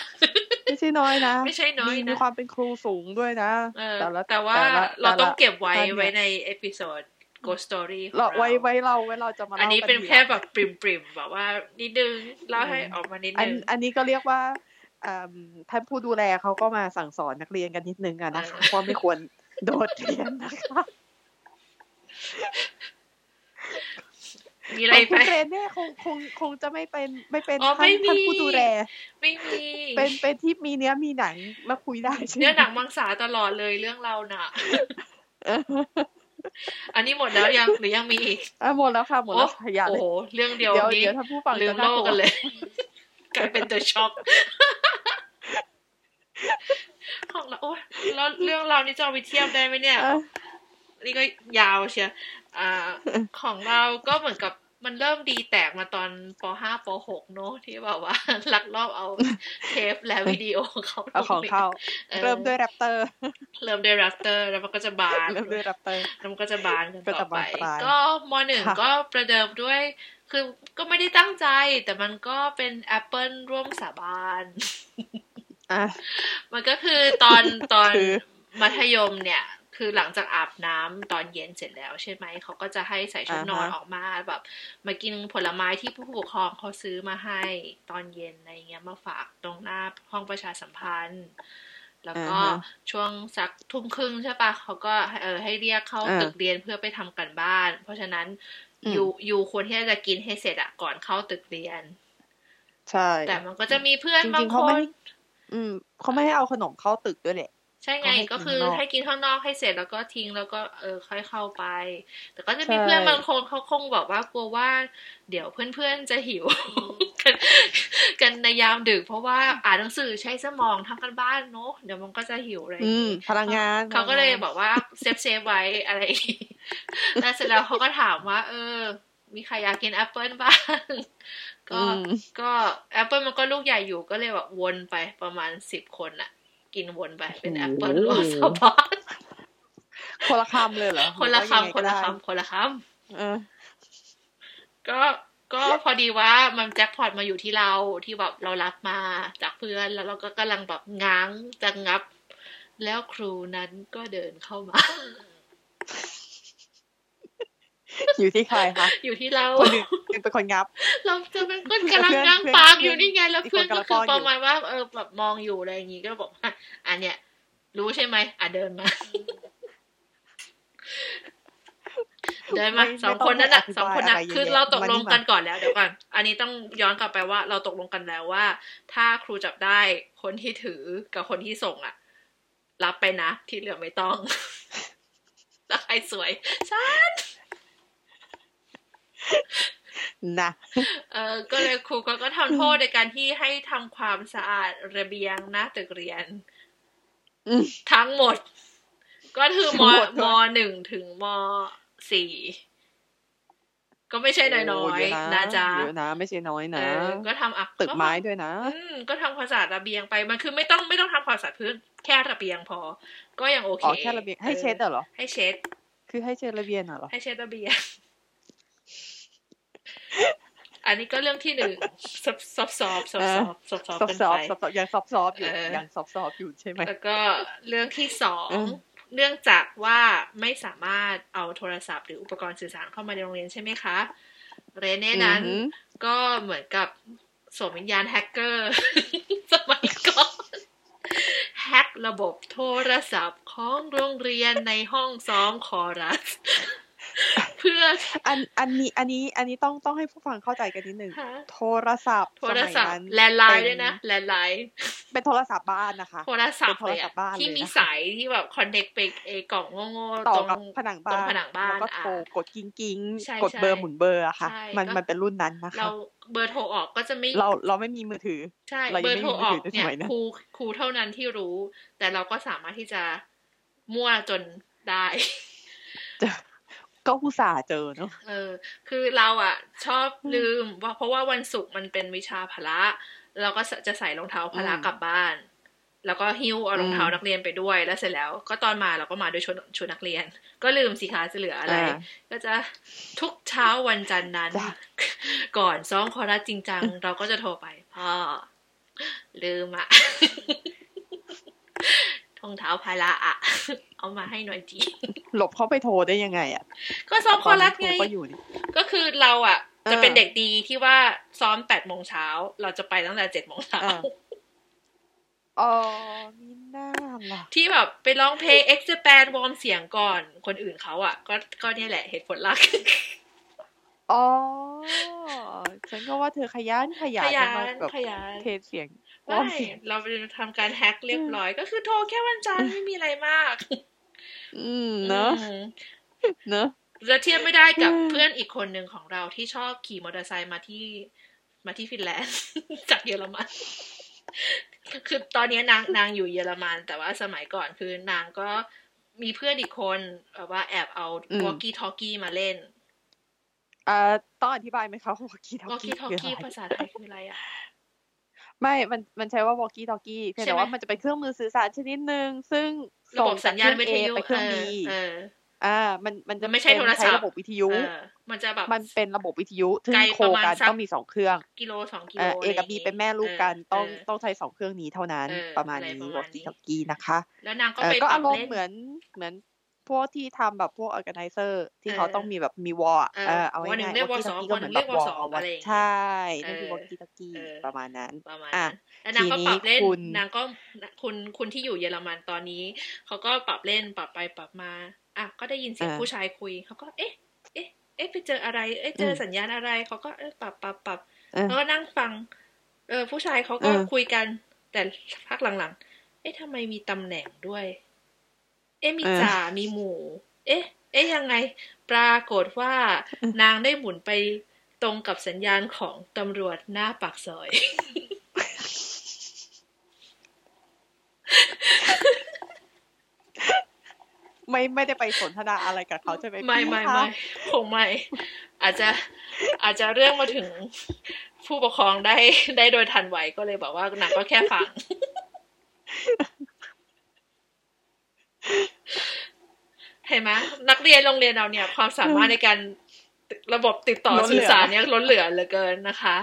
B: ไม่ใช่น้อยนะ
A: ไม่ใช่น้อยนะ
B: มีมีความเป็นครูสูงด้วยนะ
A: เออ
B: แต่ละ
A: แต่ว่า
B: ละ
A: เราต้องเก็บไว้
B: ท่านเนี่ย
A: ไว้ในเอพิโซด Ghost Story ของ
B: เรา
A: เรา
B: ไว้ไว้เราไว้เราจะมา
A: อันนี้
B: ล่า
A: เป็น
B: ทีหลัง
A: แค่แบบปริมๆแบบว่านิดนึงเล่าให้
B: อืม
A: ออกมานิด
B: อัน
A: นึง
B: อันนี้ก็เรียกว่าอืมท่านผู้ดูแลเขาก็มาสั่งสอนนักเรียนกันนิดนึงอะนะคะ
A: เออ
B: ว่าไม่ควรโดดเรียนนะคะ
A: มีอะไรไห
B: คุ
A: ม
B: ณเจนเนี่ยคงคงคงจะไม่เป็นไม่เป็น
A: อ๋อ
B: ท่าน
A: ไม่มี
B: ท่านผู้ดูแล
A: ไม่มี
B: เป็นเป็นที่มีเนื้อมีหนังมาคุยได้ใช่ไหม
A: เนื้อหนังมังสาตลอดเลยเรื่องเรา น่ะ
B: เออ
A: อันนี้หมดแล้วยังหรือยังมีอีก
B: อ่ะหมดแล้วค่ะหมดแล้วค่ะอย่า
A: โอ้
B: เลย
A: โห เรื่องเดี
B: เดี๋
A: ย
B: ยว ว
A: นี้
B: เดี๋ยวท่านผู้ฟัง
A: ลื
B: จะ
A: ม
B: น่า
A: โลก
B: กลัว
A: กันเลย กลายเป็นตัวช็อก ของเราโอ้ยแล้วเรื่องเรานี่จะเอาไปเทียบได้ไหมเนี่ย
B: เออ
A: นี่ก็ยาวเชียวอ่า ของเราก็เหมือนกับมันเริ่มดีแตกมาตอนป .5 ป .6 เนอะที่แบบว่า ลักลอบเอาเทปและวิดีโอเขาล
B: เอาของเขา
A: ออ
B: เริ่มด้วยแรปเตอร์
A: เริ่มด้วยรัฟเตอร์ แล้วมันก็จะบาน
B: เริ่มด้วยแรปเตอร์
A: แล้วมันก็จะบานกันต่อไป
B: ก็จะบานปลาย
A: ก็มหนึ่ง
B: ค่ะ
A: ก็ประเดิมด้วย คือก็ไม่ได้ตั้งใจ แต่มันก็เป็นแอปเปิลร่วมสาบาน
B: อ่ะ
A: มันก็คือตอนตอน
B: คือ
A: มัธยมเนี่ย คือหลังจากอาบน้ำตอนเย็นเสร็จแล้วใช่ไหม เขาก็จะให้ใส่ชุดนอน
B: อ่าฮะ
A: ออกมาแบบ มากินผลไม้ที่ผู้ปกครองเขาซื้อมาให้ตอนเย็นอะไรเงี้ยมาฝากตรงหน้าห้องประชาสัมพันธ์ แล้วก็
B: อ่าฮะ
A: ช่วงสักทุ่มครึ่งใช่ปะเขาก็ให้เออให้เรียกเข้า
B: อ่า
A: ตึกเรียนเพื่อไปทำกันบ้าน เพราะฉะนั้น
B: อืม
A: อยู่อยู่ควรที่จะกินให้เสร็จอะก่อนเข้าตึกเรียน
B: ใช่
A: แต่มันก็จะมีเพื่อน
B: จ
A: บา
B: ริ
A: ง
B: ง
A: ค
B: ๆเขาไม่
A: น
B: ให้อืมเขาไม่ให้เอาขนมเข้าตึกด้วยแหละ
A: ใช่ไง
B: เขาให้
A: ก็คือ
B: กินข้างนอ
A: ให้กินข้างนอ
B: ก
A: กให้เสร็จแล้วก็ทิ้งแล้วก็เออค่อยเข้าไป แต่ก็จะมี
B: ใช่
A: เพื่อนบางคนเขาคงบอกว่ากลัวว่า เดี๋ยวเพื่อนๆจะหิว กันกันในยามดึกเพราะว่าอ่านหนังสือใช้สมองทำกันบ้านเนอะเดี๋ยวมันก็จะหิวอะไรอย่าง
B: อืม
A: งี้
B: พลังงาน
A: เขาก็เลย
B: พงงน
A: บอกว่าเซฟเซฟไว้อะไรอย่างงี้ แล้วเสร็จแล้วเขาก็ถามว่า เออ มีใครอยากกินแอปเปิลบ้าง ก็
B: อืม
A: ก็แอปเปิลมันก็ลูกใหญ่อยู่ก็เลยแบบวนไปประมาณสิบคนอะกินวนไปเป็นแอปเปิลรสบา
B: คนละคำเลยเหรอ
A: คนละ
B: หรือว่ายังไง
A: คำคนละ
B: ก็ได้
A: คำคนละค
B: เออ
A: ำก็ก็พอดีว่ามันแจ็คพอตมาอยู่ที่เราที่แบบเรารับมาจากเพื่อนแล้วเราก็กำลังแบบง้างจะงับ แล้วครูนั้นก็เดินเข้า มา
B: อยู่ที่ใครคะ
A: อยู่ที่เรา
B: คนหนึ่งเป็นคนงับ
A: เราจะเป็นคน
B: เพื่
A: กำลั
B: อน
A: งนั่ง
B: เพื่อน
A: ปาล์ม
B: เพื่
A: อ
B: อ
A: ยู่
B: น
A: นี่ไง แล้ว
B: อีกคน
A: เพื่อนก็
B: กำลัง
A: คื
B: ป้
A: อป
B: อนอยู่
A: ระมาณว่าเออแบบมองอยู่อะไรอย่างงี้ก็บอกว่าอันเนี้ยรู้ใช่ไหมอ่ะเดินมา เดินมา
B: ไม่
A: สองคนนั่นแหละ
B: ไม่
A: ส
B: ต้
A: อ
B: อง ง
A: คน
B: ให้
A: น่ะ
B: ธิบายอะไร
A: คือ
B: เยอะ
A: เราตก
B: มา
A: ลง
B: นี่
A: กัน
B: มา
A: ก่อนแล้วเดี๋ยวก่อนอันนี้ต้องย้อนกลับไปว่า เราตกลงกันแล้วว่า ถ้าครูจับได้คนที่ถือกับคนที่ส่งอ่ะ รับไปนะ ที่เหลือไม่ต้อง แล้วใครสวยใช่
B: นะ
A: เออก็เลยครูก็ก็ทำโทษโดยการที่ให้ทำความสะอาดระเบียงหน้าตึกเรียน
B: อืม
A: ทั้งหมด ก็คือม
B: ทั้งหมดด้
A: ม
B: วย
A: หนึ่งถึงมสี่ก็ไม่ใช่น้อย
B: โเ
A: ๆนะจ๊ะ
B: เยอะนะ ไม่ใช่น้อย
A: เอ
B: นะ
A: อก็ทำอัก
B: ตึกไม้ด้วยนะ
A: อืมก็ทำความสะอาดระเบียงไปมันคือไม่ต้องไม่ต้องทำความสะอาดพื้นแค่ระเบียงพอ ก็ยังโอเค
B: อ๋อแค่ระเบียงให้เช็ด
A: ออ
B: เหรอ
A: ให้เช็ด
B: คือให้เช็ดระเบียงเหรอ
A: ให้เช็ดระเบียง อันนี้ก็เรื่องที่หนึ่งซอบซอบซอบซอบซอบซอบซอบ
B: ซอฟ
A: กัน
B: ซอ
A: ไป
B: ฟซอฟยังซอฟซอฟอยู่
A: เออ
B: ยังซอฟซอฟอยู่ใช่ไหม
A: แล้วก็เรื่องที่สอง
B: อืม
A: เนื่องจากว่าไม่สามารถเอาโทรศัพท์หรืออุปกรณ์สื่อสารเข้ามาในโรงเรียนใช่ไหมคะ เรเน่นั้น
B: อือหือ
A: ก็เหมือนกับสวมวิญญาณแฮกเกอร์ สมัยก่อนแฮกระบบ โทรศัพท์ของโรงเรียนในห้องซ้อมคอรัส เพื่อ
B: อันอันนี้อันนี้อันนี้ต้องต้องให้ผู้ฟังเข้าใจกันนิดนึง
A: หา
B: โทรศัพท์
A: โทรศัพ
B: มั
A: ท์
B: ย
A: แลนด์ไลน์ด้วยนะแลนด์ไลน์
B: เป็นโทรศัพท์บ้านนะคะ
A: โทรศัพท์
B: เป็นโท
A: เล
B: ร
A: ย
B: ศั
A: อะ
B: พท์บ้านเลยนะคะ
A: ที่มีสายที่แบบคอนเน c t ไปไอ้กล่องโง่ๆ
B: ต่
A: ตร
B: อ
A: ง
B: กับผนังบ้า
A: ตร
B: น
A: งผนังบ้าน
B: แล้วก็โทร
A: อ่ะ
B: กดกิ้งกิ้ง
A: ใช่
B: กดเบอ
A: ใช่
B: ร์หมุนเบอร์อะค่ะ
A: ใช่
B: มัน
A: ก็
B: มันเป็นรุ่นนั้นนะคะ
A: เราเบอร์โทรออกก็จะไม่
B: เราเราไม่มีมือถือ
A: ใช่
B: เรายัง
A: เบอร์โทรออก
B: ไม่มี
A: เนี่ย
B: มือถือในสมัยนั้น
A: ครูครูเท่านั้นที่รู้ แต่เราก็สามารถที่จะมั่วจนได้
B: จะก็อุตส่าห์เจอเนอะ
A: เออคือเราอ่ะ ชอบ
B: อืม
A: ลืมว่าเพราะว่าวันศุกร์มันเป็นวิชาพละ เราก็จะใส่รองเท้าพละ
B: อืม
A: กลับบ้าน แล้วก็หิ้วเอารองเท้า
B: อืม
A: นักเรียนไปด้วยแล้วเสร็จแล้ว ก็ตอนมาเราก็มาด้วยชุดชุดนักเรียน ก็ลืมสิคะจะเหลืออะไร
B: อ่า
A: ก็จะทุกเช้าวันจันทร์นั้น
B: จ้ะ
A: ก่อนซ้อมคอรัสจริงจัง เราก็จะโทรไปพ่อลืมอะ รองเท้าพละอะเอามาให้หน่อยที
B: หลบเข้าไปโทรได้ยังไงอะ
A: ก็ซ้อมคอรัส
B: ต
A: ไง
B: นนั้นโทก็อยู่นี่
A: ก็คือเราอ่ะ จะ
B: เออ
A: เป็นเด็กดีที่ว่าซ้อมแปดโมงเช้า เราจะไปตั้งแต่เจ็ดโมงเช้า
B: เออ อ๋อมีหน้าล่ะ
A: ที่แบบไปร้องเพลง X Japan วอร์มเสียงก่อนคนอื่นเขาอ่ะ ก็ก็เนี่ยแหละเหตุผลหลัก
B: อ๋อ ฉันก็ว่าเธอขยันขยั
A: ข
B: น
A: ยั
B: ทำไม
A: น
B: แบบ
A: ขยัน
B: เทเสียง วอ
A: ไม่
B: มเสียง
A: เราทำการแฮ็กเรียบร้อย ก็คือโทรแค่วันจันทร์ไม่มีอะไรมาก
B: อืมเนอะ
A: อืม
B: เนอะ
A: จะเทียบไม่ได้กับ
B: อืม
A: เพื่อนอีกคนหนึ่งของเราที่ชอบขี่มอเตอร์ไซค์มาที่มาที่ฟินแลนด์ จากเยอรมัน คือตอนนี้นางนางอยู่เยอรมัน แต่ว่าสมัยก่อนคือนางก็มีเพื่อนอีกคนแบบว่าแอบเอา
B: อืม
A: วอ l กี้ทอ l กี้มาเล่น
B: เอ่อต้องอธิบายไหมคะวอกี้ทอ
A: วอ l
B: กี้
A: กี้ทอ l
B: คือ
A: กี้
B: อะไร
A: ภาษาไทยคืออะไรอ่ะ
B: ไม่ มันมันใช้ว่าวอกี้ทอกี้เพียง
A: ใช่ไหม
B: แต่ว่ามันจะเป็นเครื่องมือสื่อสารชนิดหนึ่งซึ่ง
A: ระ
B: ส่
A: บ
B: ง
A: บ
B: จ
A: สั
B: ก
A: ญ
B: เค
A: ญาณ
B: รื่อ
A: วิ
B: งเอ
A: ทยุ
B: ไปเครื่อง
A: เอ
B: บี
A: อเออ
B: อ่า มันมันจะ
A: มันไม่ใช่โทรศัพท์
B: ใช้ระบบวิทยุ
A: เออ มันจะแบบ
B: มันเป็นระบบวิทยุซึ่ง
A: ไกล
B: โค
A: ประมาณ
B: กัน
A: สัก
B: ต้องมีสองเครื่อง
A: กิโลสองกิโล
B: เอ่อเอกับ
A: ะไรย่าง
B: บี
A: งี้
B: เป็นแม่ลูกกัน
A: เ
B: ต้อง
A: เ
B: ต้องใช้สองเครื่องนี้เท่านั้น
A: เออ
B: ประมาณ
A: อะไร
B: นี้
A: ประมา
B: วอ
A: ณนี้
B: กี้ทอกี้นะคะ
A: แล้วนางก็
B: เออ
A: ไป
B: ก็
A: ปรั
B: อา
A: บ
B: รม
A: เล่
B: ณ์
A: น
B: เหมือนเหมือนพวกที่ทำแบบพวก organizer ที่
A: เออ
B: เขาต้องมีแบบมีวอลอะ
A: เออ
B: เออเอา
A: วันหนึ่ง
B: ง่าย
A: เรียก
B: ๆวอ
A: wall
B: ลกี้
A: ส
B: ต
A: อง
B: กี้ก็เหมือนแบบ
A: วันหนึ่งเรียก wall
B: วอ
A: ส
B: ล
A: องอะไรอย่างเงี้ย
B: ใช่นั่นคือ
A: เออ
B: วอลกี้ตกี้
A: เออ
B: ประมาณนั้น
A: ประมาณ
B: อ่ะ
A: นั้นแล้วนางก็
B: ที
A: ป
B: นี้
A: รับเล่น
B: คุณ
A: นางก็คุณคุณที่อยู่เยอรมันตอนนี้เขาก็ปรับเล่นปรับไปปรับมาอ่ะก็ได้ยินเสียง
B: เออ
A: ผู้ชายคุยเขาก็เอ๊ะ เอ๊ะ เอ๊ะไปเจออะไร เอ๊ะเจออ
B: ม
A: สัญญาณอะไรเขาก็เอ๊ะปรับปรับปรับ
B: เออ
A: แล้วก็นั่งฟัง เออ ผู้ชายเขาก็
B: เออ
A: คุยกัน แต่พักหลังๆ เอ๊ะทำไมมีตำแหน่งด้วย เอ๊ะมี
B: เออ
A: จ่ามีหมู เอ๊ะ เอ๊ะยังไง ปรากฏว่า นางได้หมุนไปตรงกับสัญญาณของตำรวจหน้าปากซอย
B: ไม่ไม่ได้ไปสนทนาอะไรกับเขาใช่ไหม
A: ไม่
B: พี่
A: ไม่
B: คะ
A: ไม่คงไม่ อาจจะอาจจะเรื่องมาถึงผู้ปกครองได้ได้โดยทันไหวก็เลยบอกว่านางก็แค่ฟัง เห็นไหมนักเรียนโรงเรียนเราเนี่ย ความสามารถในการระบบติดต่อสื่อสารเนี่ยล้นเหลือเหลือเกินนะคะ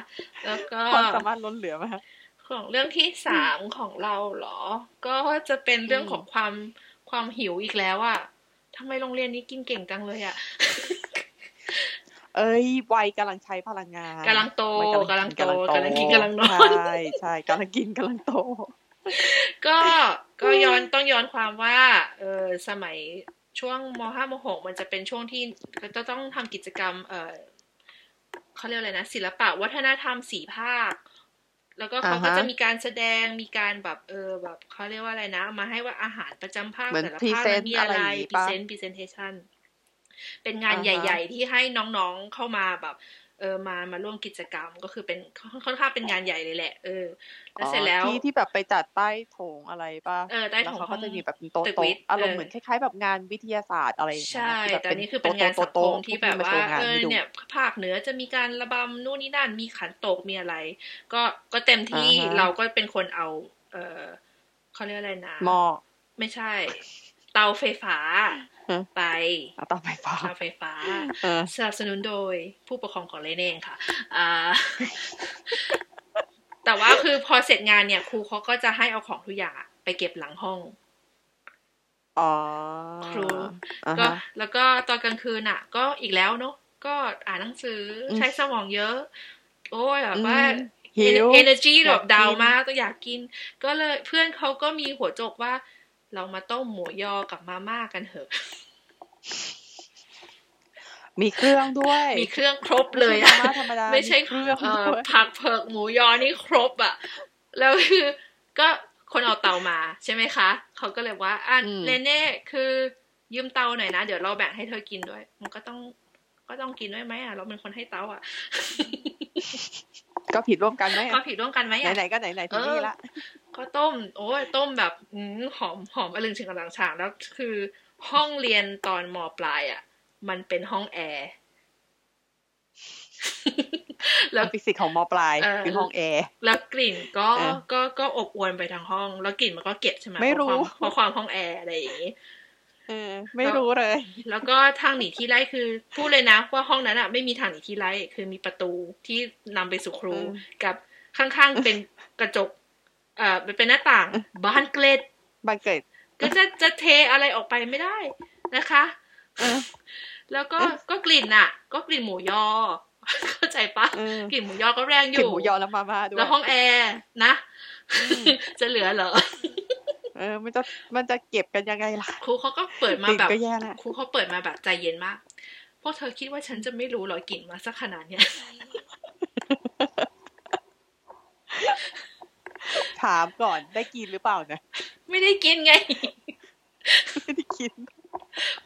A: แล้วก็
B: ความสามารถล้นเหลือมาก
A: ของเรื่องที่สามของเราเหรอ ก็จะเป็นเรื่อง
B: อืม
A: ของความความหิวอีกแล้วอะทำไมโรงเรียนนี้กินเก่งจังเลยอะ
B: เอ้ยวัยกำลังใช้พลังงาน
A: กำลังโต
B: วัย
A: กำลังโตกำลังกินกำลังนอน
B: ใช่ใช่กำลังกินกำลังโต
A: ก็ก็ย้อนต้องย้อนความว่าเออสมัยช่วงมห้ามหกมันจะเป็นช่วงที่จะต้องทำกิจกรรมเออเขาเรียกอะไรนะ ศิลปะวัฒนธรรมสีภาค แล้วก็เขาก็
B: อ่าฮะ
A: จะมีการแสดงมีการแบบเออแบบเขาเรียกว่าอะไรนะ มาให้ว่าอาหารประจำภาค
B: เหมือน
A: แต่ละ
B: พรี
A: ภาค
B: เซ
A: มัน น
B: ต์
A: มี
B: อะ
A: อะไร ไร
B: อย่างงี้
A: พรี
B: ปะ
A: เซนต์พรีเซนเทชันเป็นงาน
B: อ่าฮะ
A: ใหญ่ ๆ ที่ให้น้องๆเข้ามาแบบเออมามาร่วมกิจกรรมก็คือเป็นค่อนข้างเป็นงานใหญ่เลยแหละเออแล้วเสร็จแล้ว
B: อ๋อที่ที่แบบไปจัดใต้โถงอะไรป่ะ
A: เออใต้โถง
B: แล้วเขาก็จะมีแบบเป็น
A: ตึ
B: โต๊ะ
A: กวิ
B: โต๊ะ
A: ทย์
B: อารม
A: เอ
B: ณ์
A: อ
B: เหมือนคล้ายๆแบบงานวิทยาศาสตร์อะไรอย่างเงี้ย
A: ใช่
B: ที่แบบ
A: แต่นี่คือเป็นงานสังค
B: โต๊ะ
A: ม
B: ๆ
A: ที่แบบ
B: พ
A: ว่า
B: กนี้มโชงาน
A: เออ
B: ให้ดู
A: เนี่ยภาคเหนือจะมีการระบำนู่นนี่นั่นมีขันโตกมีอะไร ก็ก็เต็มที่
B: อ่าฮะ
A: เราก็เป็นคนเอา เออเขาเรียกอะไรนะ
B: หม้อ
A: ไม่ใช่ เตาไฟฟ้า
B: ฮะ
A: ไป
B: เอาเตาไฟฟ้า
A: เตาไฟฟ้า
B: เออ
A: สนับสนุนโดยผู้ปกครองของเลนเองค่ะอ่า แต่ว่าคือพอเสร็จงานเนี่ยครูเขาก็จะให้เอาของทุกอย่างอะไปเก็บหลังห้อง
B: อ๋อ
A: ครู
B: อ่า
A: ก็
B: ฮะ
A: แล้วก็ตอนกลางคืนอ่ะ ก็อีกแล้วเนาะก็อ่านหนังสืออ
B: ม
A: ใช้สมองเยอะ โอ้ยแบบว่า
B: อืมหิว
A: เอเนอร์จี
B: อ
A: ดร
B: ยา
A: อก ปดาว
B: กิน
A: มากก็อยากกิน ก็เลยเพื่อนเขาก็มีหัวโจกว่า เรามาต้มหมูยอกับมาม่ากันเถอะ
B: มีเครื่องด้วย
A: มีเครื่องครบเลยอะ
B: ไม่ใช่ธรรมดา
A: ไม่ใช่
B: เครื่อง
A: เอ่อ
B: ด้วย
A: ผักเผือกหมูยอนี่ครบอะแล้ว คือก็คนเอาเตามาใช่ไหมคะเขาก็เลยว่าอ่ะเนเน่คือยืมเตาหน่อยนะ เดี๋ยวเราแบ่งให้เธอกินด้วย มันก็ต้องก็ต้องกินด้วยไหมอะเราเป็นคนให้เตาอะ
B: ก็ผิดร่วมกันไหม
A: ก็ผิดร่วมกันไหมอะ
B: ไหนๆก็ไหนๆถึงนี่ละ
A: ก็ต้ม โอ้ยต้มแบบหืมหอมหอมอลึงชิงกำลังฉางแล้วคือห้องเรียนตอนมปลายอ่ะ มันเป็นห้องแอร์ แล้ว
B: ฟิสิกส์ของมปลาย
A: เออ
B: คือห้องแอร์
A: แล้วกลิ่นก็
B: เออ
A: ก็ก็อบอวนไปทั้งห้อง แล้วกลิ่นมันก็เก็บใช่ไหม
B: ไม่รู้
A: เพราะความเพราะความห้องแอร์อะไรอย่างนี้
B: เออ ไม่รู้เลย
A: แล้วก็ทางหนีที่ไล่คือพูดเลยนะว่าห้องนั้นอ่ะ ไม่มีทางหนีที่ไล่คือมีประตูที่นำไปสู่ครู
B: เออ
A: กับข้างๆเป็นกระจก เอ่อเป็นหน้าต่างบานเกล็ด
B: บังเกิด
A: ก็จะจะเทอะไรออกไปไม่ได้นะคะ
B: เออ
A: แล้วก็ก็กลิ่นอ่ะ ก็กลิ่นหมูยอ เข้าใจปะ
B: เออก
A: ลิ่นหมูยอก็แรงอก
B: ลิ่น
A: ยู่
B: หมูยอแล้วมาม่าด้วย
A: แล้วห้องแอร์นะ
B: อืม
A: จะเหลือเหรอ
B: เออ มันจะมันจะเก็บกันยังไงล่ะ
A: ครูเขาก็เปิดมาก
B: ลิ่น
A: แบบ
B: ก็แย่น่ะ
A: ครูเขาเปิดมาแบบใจเย็นมาก พวกเธอคิดว่าฉันจะไม่รู้เหรอกลิ่นมาสักขนาดเนี้ย
B: ถามก่อนได้กินหรือเปล่านะ
A: ไม่ได้กินไง
B: ไม่ได้กิน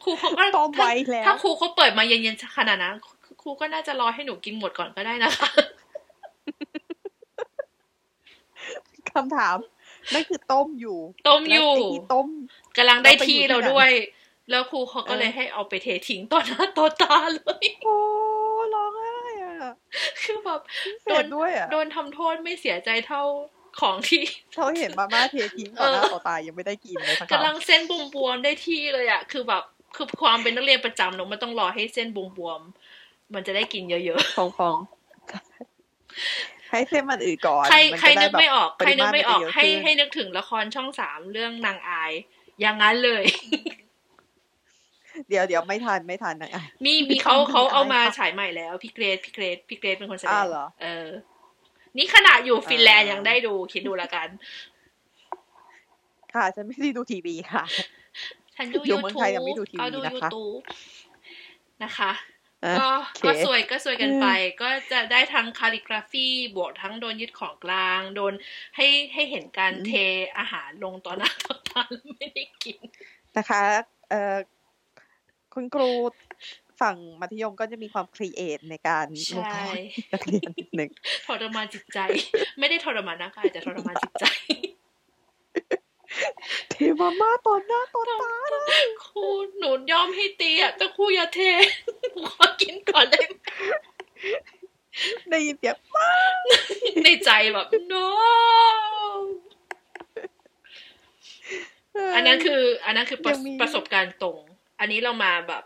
A: ครูเขาก็
B: ต้มไว้
A: ถ้า
B: แล้ว
A: ถ้าครูเขาเปิดมาเย็นๆขนาดนั้นครูครูก็น่าจะรอให้หนูกินหมดก่อนก็ได้นะคะ
B: คำถามนั่นคือต้มอยู่
A: ต้มอยู่
B: แล้วไที่ต้ม
A: กำลังได้
B: แล้วไปอยู่
A: ที่
B: ที่
A: เรา
B: ไหน
A: ด้วย แล้วครูเขาก็
B: เออ
A: เลยให้เอาไปเททิ้งต่อหน้าต่อตาเลย
B: โอ้ร้องไห้อ่ะ
A: คือแบบ
B: เสร็จด้วยอ่ะ
A: โดนทำโทษไม่เสียใจเท่าของที่
B: เขาเห็นมาม่าเททิ้งต่อหน้า
A: เออ
B: ต่อตายังไม่ได้กินเลยสัก
A: กำลั
B: คำ
A: งเส้นบวมบวมๆได้ที่เลยอะคือแบบคือความเป็นนักเรียนประจำเนอะมันต้องรอให้เส้นบวมบวมๆมันจะได้กินเยอะ
B: ฟองฟองให้เส้นมันอื่นก่อน
A: ๆ ใคร
B: มั
A: ใคร
B: จะได้
A: นึก
B: แบบ
A: ไม่ออก
B: ป
A: ใคร
B: ริ
A: นึก
B: มาตร
A: ไม่ออก
B: มันจะเยอะ
A: ให้
B: ขึ้น
A: ให้นึกถึงละครช่องสามเรื่องนางอาย อย่างนั้นเลย
B: เดี๋ยวเดี๋ยวไม่ทันไม่ทันนะอ่ะ
A: มีมีเขาเขาเอามาฉายใหม่แล้วพี่เกรดพี่เกรดพี่เกรดเป็นคนแสด
B: อ้าง วเหรอ
A: เออ นี่ขนาดอยู่ฟินแลนด์ยังได้ดูคิดดูละกัน
B: ค่ะ ฉันไม่ได้ดูทีวีค่ะ
A: ฉันดู
B: อยู่
A: ยู
B: เมือง
A: ทูบ
B: ไทยยังไม่ดูทีวี
A: เอาดู
B: นะคะ
A: ยูทูบนะคะ
B: อ่ะ
A: ก็
B: โอเค
A: ก็สวยก็สวยกันไป ก็จะได้ทั้งคาลิกราฟีบวกทั้งโดนยึดของกลาง โดนให้ให้เห็นการ
B: อืม
A: เทอาหารลงต่อหน้าต่อตาแล้วไม่ได้กิน
B: นะคะเอ่อคุณครูฝั่งมัธยมก็จะมีความครีเอทในการลง
A: ใช่
B: โทษนักเรียนนิดหนึ่ง
A: ทรมานจิตใจ ไม่ได้ทรมานร่างกายแต่ทรมานจิตใจ
B: เทมาม่าตอนหน้าตอนตาเลย
A: ครูหนูยอมให้ตีอ่ะแต่ครูอย่าเทหนูขอกินก่อนได้ไหม
B: ได้ยินเสียง
A: ในใจแบบ no
B: เ
A: อันนั้นคือ อันนั้นคือประ
B: ยังมี
A: ประสบการณ์ตรง อันนี้เรามาแบบ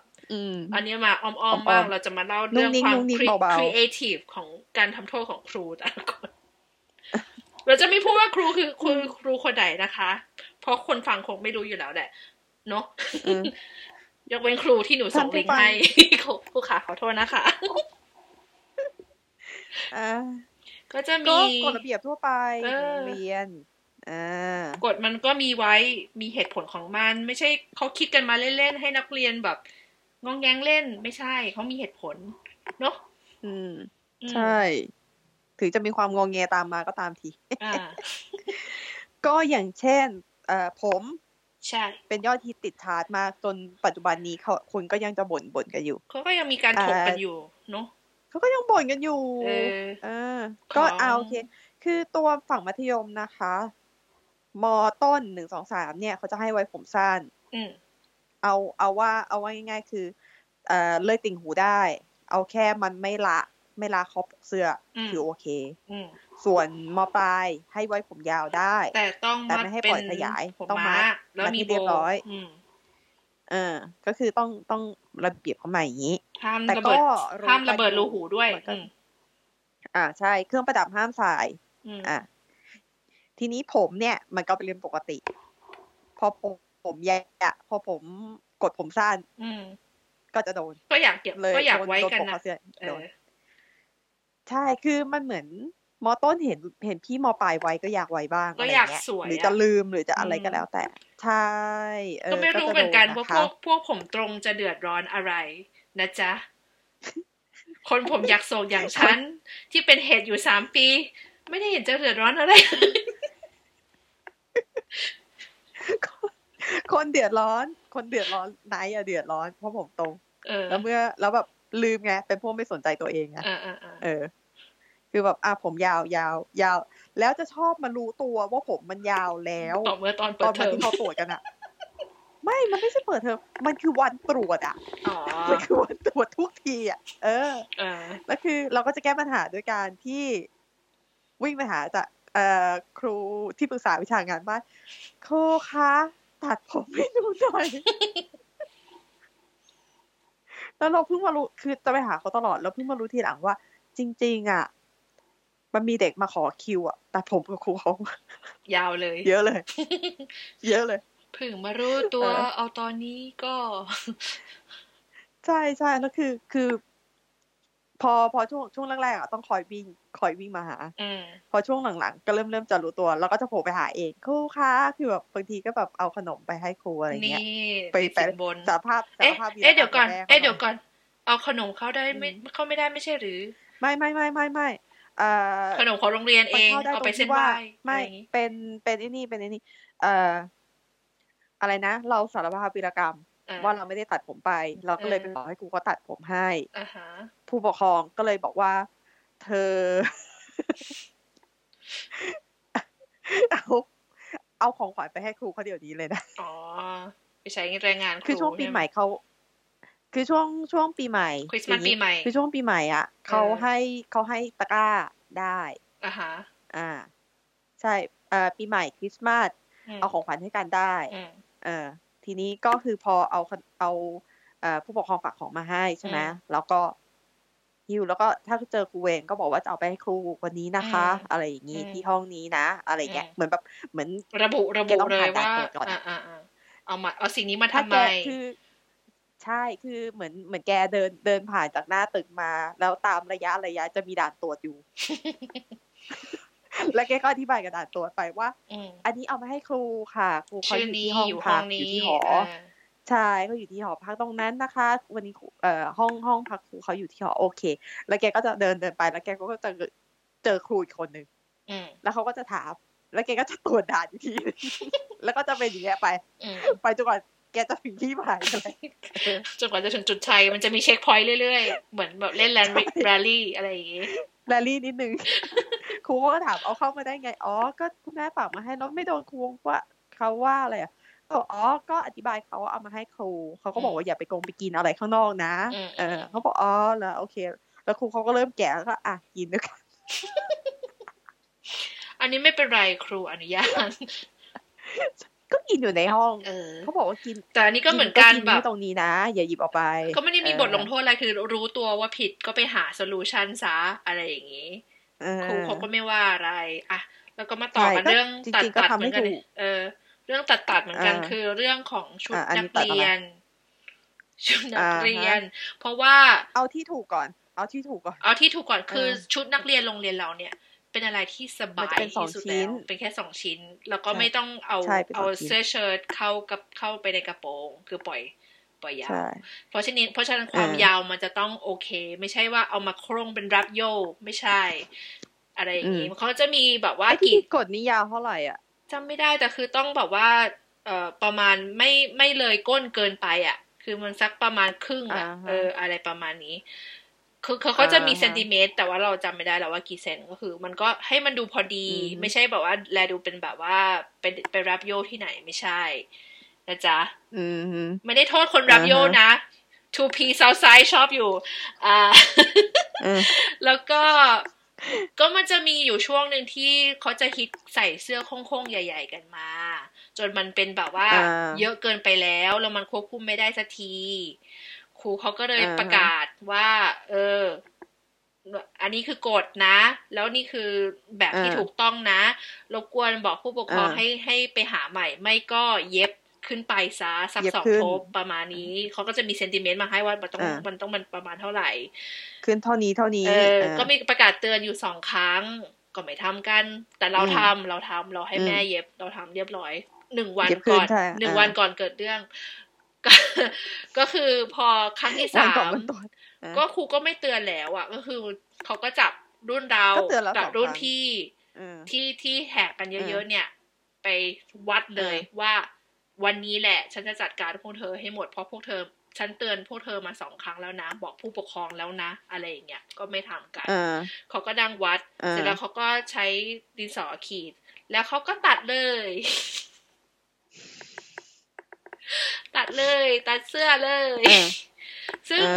B: ม
A: อันนี้มาอ้อมๆ
B: อ้อมๆ
A: บ้างเราจะมาเล่าเรื่อง
B: น
A: ความ
B: ุ่งนิ่งนุ่งนิ่ง
A: ครี
B: เบา
A: ค
B: ๆ
A: รีเอทีฟของการทำโทษของครูแต่ละคน เราจะไม่พูดว่าครูคือครูครูคนไหนนะคะ เพราะคนฟังคงไม่รู้อยู่แล้วแหละ เนาะ
B: อืม
A: ยกเว้นครูที่หนูส่ง
B: ท่านผู้
A: ลิง
B: ฟั
A: ก์
B: ง
A: ให้ ครูครูขาขอโทษนะคะ
B: อ่า
A: ก็จะ
B: ก็
A: มี
B: กฎระเบียบทั่วไป
A: เออ
B: โรงเรียนอ่าก
A: ฎมันก็มีไว้มีเหตุผลของมัน ไม่ใช่เขาคิดกันมาเล่นๆให้นักเรียนแบบงองแงงเล่นไม่ใช่เขามีเหตุผล เนาะ
B: อืม
A: อืม
B: ใช่ ถึงจะมีความงงเงตามมาก็ตามที
A: อ่า
B: ก็อย่างเช่นเอ่อผม
A: ใช่
B: เป็นยอดฮิตติดชาร์ตมากจนปัจจุบันนี้เขาคนก็ยังจะบ่นบ่นกันอยู่
A: เขาก็ยังมีการถกกันอยู่เนาะ
B: เขาก็ยังบ่นกันอยู่
A: เออ
B: เออ ก็
A: ของ
B: เอาโอเค คือตัวฝั่งมัธยมนะคะ มต้นหนึ่งสองสามเนี่ย เขาจะให้ไว้ผมสั้น
A: อืม
B: เอาเอาว่าเอาว่าง่ายๆคือ เอ่อเลื่อยติ่งหูได้ เอาแค่มันไม่ละไม่ละคอปกเสื้ออ
A: อืม
B: ถือโอเค
A: อืม
B: ส่วนมปลายให้ไว้ผมยาวได้
A: แต่ต้อง
B: แต่
A: มัด
B: ไม่ให้
A: เป็น
B: ปล่อยขยาย
A: ผม
B: ต้องมั
A: ม้า
B: ด
A: แล้ว
B: มัด
A: มี
B: ให้
A: โบ
B: เรียบร้อย
A: อืม
B: เออ ก็คือต้องต้องระเบียบเข้ามาอย่างนี้
A: ห้าม
B: แต่
A: ระ
B: ก็
A: เบิด
B: รู
A: ห้ามระเบิดรูหูด้วย
B: มันก็
A: อืม
B: อ่าใช่เครื่องประดับห้ามใส่
A: อืม
B: อ่าทีนี้ผมเนี่ย มันก็เป็นเรื่องปกติ พอผมผมแย่อะพอผมกดผมสั้น
A: อืม
B: ก็จะโดน
A: ก็อยากเก็บ
B: เลย
A: ก็อยาก
B: โดน
A: ไว้กัน
B: โดป
A: นะ
B: เขาเสื้อ
A: เอ
B: โด
A: อน
B: ใช่คือมันเหมือนมอต้นเห็นเห็นพี่มอปลายไว้ก็อยากไไว้บ้า
A: ก็
B: งะไร
A: อยาก
B: เงี้
A: สวย
B: หรือ
A: อะ
B: จะลืมหรือจะอะไร
A: อืม
B: ก็แล้ว แต่ใช่เออ
A: ก็ไม่
B: จะ
A: รู้
B: โด
A: เหมือนกัน
B: น
A: ว่า
B: ค
A: พวกพวกผมตรงจะเดือดร้อนอะไรนะจ๊ะ คนผมอยากโศกอย่างฉัน ที่เป็นเหตุอยู่สามปี ไม่ได้เห็นจะเดือดร้อนอะไร
B: คนเดือดร้อน คนเดือดร้อนนายอะเดือดร้อนเพราะผมตรง
A: เออ
B: แล้วเมื่อแล้วแบบลืมไงเป็นพวกไม่สนใจตัวเองไง
A: เออเออเออ
B: เออ คือแบบอ่ะผมยาวยาวยาว แล้วจะชอบมารู้ตัวว่าผมมันยาวแล้ว
A: ต่อเมื่อตอน
B: ต
A: เปิ
B: อ
A: ด
B: น
A: เท
B: วั
A: อน ม
B: ที่เขาตรวจกันอะไม่ มันไม่ใช่เปิดเทอมมันคือวันตรวจอะ
A: อ๋อ
B: มันคือวันตรวจทุกทีอะเออ
A: เออ
B: แล้วคือเราก็จะแก้ปัญหาด้วยการที่วิ่งไปหาจากเอ่อครูที่ปรึกษาวิชางานบ้านครูคะตัดผมให้ดูหน่อย แล้วเราเพิ่งมารู้คือจะไปหาเขาตลอด แล้วเพิ่งมารู้ทีหลังว่า จริง ๆ อ่ะ มันมีเด็กมาขอคิวอ่ะตัดผมกับครูเขา
A: ยาวเลย
B: เยอะเลย เยอะเลย
A: เพึ่งมารู้ตัว
B: เออ
A: เอาตอนนี้ก็
B: ใช่ใช่แล้วคือคือ พอพอช่วงช่วงแรกๆอ่ะต้องคอยวิ่งคอยวิ่งมาหา
A: อืม
B: พอช่วงหลังๆ ก็เริ่มเริ่มจะรู้ตัว แล้วก็จะโผล่ไปหาเองครูคะคือแบบบางทีก็แบบเอาขนมไปให้ครูอะไร
A: นี่
B: เงี้ย ไป
A: ติด
B: ไป
A: สินบน
B: สารภาพสาร
A: เอ๊ะ
B: ภาพ
A: เอ๊ะเดี๋ยวก่อน
B: แม่ขา
A: เอ๊ะ
B: ห
A: เดี๋ยว
B: น่
A: ก่อน เอาขนมเขาได้ไม่
B: อืม
A: เขาไม่ได้ไม่ใช่หรือ
B: ไม่ไม่ไม่ไม่ไม่เอ่อ
A: ขนมของโรงเรียน
B: มั
A: เอน ง
B: เข้าได้
A: เอา
B: ตร
A: ไป
B: ง
A: เส้
B: ที่
A: น
B: ว่า
A: ไหว้
B: ไม่
A: อะรอย่างงี้
B: เป็นเป็นไอ้นี่เป็นไอ้นี่เอ่ออะไรนะ เราสารภาพวีรกรรม
A: อ่ะ
B: ว่าเราไม่ได้ตัดผมไป เราก็เลย
A: เออ
B: ไปบอกให้ครูเขาตัดผมให้
A: อ่าฮะ
B: ผู้ปกครองก็เลยบอกว่า เธอ เอาเอาของขวัญไปให้ครูเขาเดี๋ยวนี้เลยนะ
A: อ๋อไปใช้แรงงานรู
B: คือช่วงปี
A: เนี่ย
B: ใหม่เขา คือช่วงช่วงปีใหม่
A: คริสต์มาสปี
B: นี้
A: ใหม่
B: คือช่วงปีใหม่อ่ะเขา
A: เออ
B: ให้เขาให้ตะกร้าได้
A: อ่าฮะ
B: อ่า ใช่เอ่อปีใหม่คริสต์มาส
A: ม
B: เอาของขวัญให้กันได้
A: อืม
B: เออ ทีนี้ก็คือพอเอาขนเอาเอ่อผู้ปกครองฝากของมาให้ใช่ไหม
A: อืม
B: แล้วก็ฮิวแล้วก็ถ้าเจอครูเวรก็บอกว่าจะเอาไปให้ครูคนนี้นะคะ
A: อืม
B: อะไรอย่างนี้
A: อืม
B: ที่ห้องนี้นะ อะไรเงี้ย
A: อืม
B: เหมือนแบบเหมือน
A: ระบุระบุ
B: แกต้อง
A: เลย
B: ผ่านด่าน
A: ว่า
B: ตรวจก่อน
A: อ่าอ่าอ่าเอามาเอาสิ่งนี้มา
B: ถ้า
A: ทำ
B: แก
A: ไม
B: คือใช่คือเหมือนเหมือนแกเดินเดินผ่านจากหน้าตึกมา แล้วตามระยะระยะจะมีด่านตรวจอยู่ แล้วแกก็อธิบายกับด่านตรวจไปว่า
A: อืม
B: อันนี้เอามาให้ครูค่ะ ครูเขา
A: ชื่อ
B: อ
A: ยู่ นี้
B: ที่ห้อง
A: อยู่ห้
B: พั
A: อก ง
B: อยู่
A: นี้
B: ที่หอ
A: อ่า
B: ใช่เขาอยู่ที่หอพักตรงนั้นนะคะ วันนี้ครูเอ่อห้องห้องพักครูเขาอยู่ที่หอโอเค แล้วแกก็จะเดินเดินไป แล้วแกก็จะเจอครูอีกคนหนึ่ง
A: อืม
B: แล้วเขาก็จะถาม แล้วแกก็จะตรวจด่านอีกทีหนึ่ง แล้วก็จะเป็นอย่างเงี้ยไป
A: อืม
B: ไปจนกว่าแกจะถึงที่หมาย นั่นแหละ
A: จนกว่าจะถึงจุดชัยมันจะมีเช็คพอยต์เรื่อยๆ เหมือนแบบเล่นแลนด์แรลลี่อะไรอย่างงี้
B: แรลลี่นิดนึง ครูเขาก็ถามเอาเข้ามาได้ไง อ๋อ ก็คุณแม่ฝากมาให้แล้วไม่โดนครูว่าเขาว่าอะไรอ่ะก็บอกอ๋อ ก็อธิบายเขาเอามาให้ครู เขาก็บอกว่าอย่าไปโกงไปกินอะไรข้างนอกนะ
A: อืม
B: เออ เขาบอกอ๋อแล้วโอเค แล้วครูเขาก็เริ่มแกะแล้วก็อ่ะกินด้วย กัน
A: อันนี้ไม่เป็นไรครูอนุญาต
B: ก็กินอยู่ในห้อง
A: เออ
B: เขาบอกว่ากิน
A: แต่อันนี้ก็เหมือนกันแบบ
B: ที่ตรงนี้นะ อย่าหยิบออกไป
A: ก็ไม่ได้มี
B: เออ
A: บทลงโทษอะไรคือรู้ตัวว่าผิดก็ไปหาโซลูชันซะอะไรอย่างนี้
B: เออ
A: ครูเขาก็ไม่ว่าอะไรอ่ะแล้วก็มาต่อ
B: ใช่
A: กัน
B: ก็
A: เรื่อง
B: จริงๆ
A: ตัด
B: ก็
A: ตัด
B: ทำ
A: เห
B: ให้
A: มือนกัน
B: ถูก
A: เออ เรื่องตัดตัดเหมือนกัน
B: อ่า
A: คือเรื่องของชุด
B: อ่าอัน
A: นั
B: นี้
A: ก
B: ตัดอะไร
A: เรียน ชุดนัก
B: อ่าฮะ
A: เรียน เพราะว่า
B: เอาที่ถูกก่อน เอาที่ถูกก่อน
A: เอาที่ถูกก่อนคือ
B: เออ
A: ชุดนักเรียนโรงเรียนเราเนี่ย เป็นอะไรที่สบาย
B: มันจะเป็นสอง
A: ที่สุดแล้
B: ชิ้
A: วนเป็นแค่สองชิ้น แล้วก็
B: ใช่
A: ไม่ต้องเอา
B: ใช่เป็นสอง
A: เอา
B: ชิ้น
A: เสื้อเชิ้ตเข้ากับเข้าไปในกระโปรงคือปล่อย ปล่อยยาว
B: ใช่
A: เพราะฉะนั้นเพราะฉะนั้นความ
B: อ่าย
A: ยาวมันจะต้องโอเค ไม่ใช่ว่าเอามาโครงเป็นรับโยกไม่ใช่ อะไรอย่างนี้
B: อืม
A: เขาจะมีแบบว่า
B: ไอ้ที่
A: กี่
B: กดนี่ยาวเท่าไหร่อ่ะ
A: จำไม่ได้แต่คือต้องแบบว่าเอ่อประมาณไม่ไม่เลยก้นเกินไปอ่ะ คือมันสักประมาณครึ่งอ่ะ
B: อ่าฮะ
A: เอออะไรประมาณนี้ คือคือเขาจะมี
B: อ่าฮะ
A: เซนติเมตร แต่ว่าเราจำไม่ได้แล้วว่ากี่เซนก็คือ มันก็ให้มันดูพอดี
B: อือฮึ
A: ไม่ใช่แบบว่าแลดูเป็นแบบว่าไปไปรับโยกที่ไหนไม่ใช่นะจ๊ะ
B: อืมฮึ
A: ไม่ได้โทษคนรับ
B: อ่าฮะ
A: โยนะ 2P Southside ชอบอยู่ อ่า
B: เออ
A: แล้วก็ ก็มันจะมีอยู่ช่วงหนึ่งที่เขาจะฮิตใส่เสื้อโค้งๆ ใหญ่ ๆ กันมา จนมันเป็นแบบว่า
B: อ่า
A: เยอะเกินไปแล้ว แล้วมันควบคุมไม่ได้สักที ครูเขาก็เลย
B: อ่าฮะ
A: ประกาศว่า เออ อันนี้คือกฎนะ แล้วนี่คือแบบที่
B: อ่า
A: ถูกต้องนะ รบกวนบอกผู้ปกครอง
B: อ่า
A: ให้ให้ไปหาใหม่ ไม่ก็เย็บขึ้นไปซะสัก
B: เย็บ
A: สอง
B: ขึ้น
A: ทบประมาณนี้ เขาก็จะมีเซนติเมตรมาให้ว่ามันต้อง
B: อ่ามั
A: มันต้องมันประมาณเท่าไหร่
B: ขึ้นเท่านี้เท่านี้
A: เออ
B: า
A: ก็มีประกาศเตือนอยู่สองครั้ง ก็ไม่ทำกัน แต่เรา
B: อืม
A: ทำเราทำเราให้
B: อืม
A: แม่เย็บ เราทำเรียบร้อย หนึ่งวัน
B: เย็บคื
A: ก่
B: น
A: อน
B: ใช่
A: หนึ่ง
B: อ่า
A: วันก่อนเกิดเรื่อง ก็ก็คือพอครั้งที่สา
B: วันก่อน
A: ม
B: วันตอน
A: ก็ครูก็ไม่เตือนแล้วอ่ะ ก็คือเขาก็จับรุ่นเรา
B: ก็เตือนเรา
A: จับ
B: สองครั้ง
A: รุ่นพี่
B: เออ
A: ที่ที่แหกกัน
B: เอ
A: เยอะ
B: อ
A: ๆเนี่ย ไปวัดเลย
B: เออ
A: ว่าวันนี้แหละ ฉันจะจัดการพวกเธอให้หมดเพราะพวกเธอ ฉันเตือนพวกเธอมาสองครั้งแล้วนะ บอกผู้ปกครองแล้วนะ อะไรอย่างเงี้ยก็ไม่ทำกัน
B: เออ
A: เขาก็ดังวัด
B: อ่า
A: เสร็จแล้วเขาก็ใช้ดินสอขีด แล้วเขาก็ตัดเลย ตัดเลย ตัดเสื้อเลย
B: เออ
A: ซึ่ง
B: เอ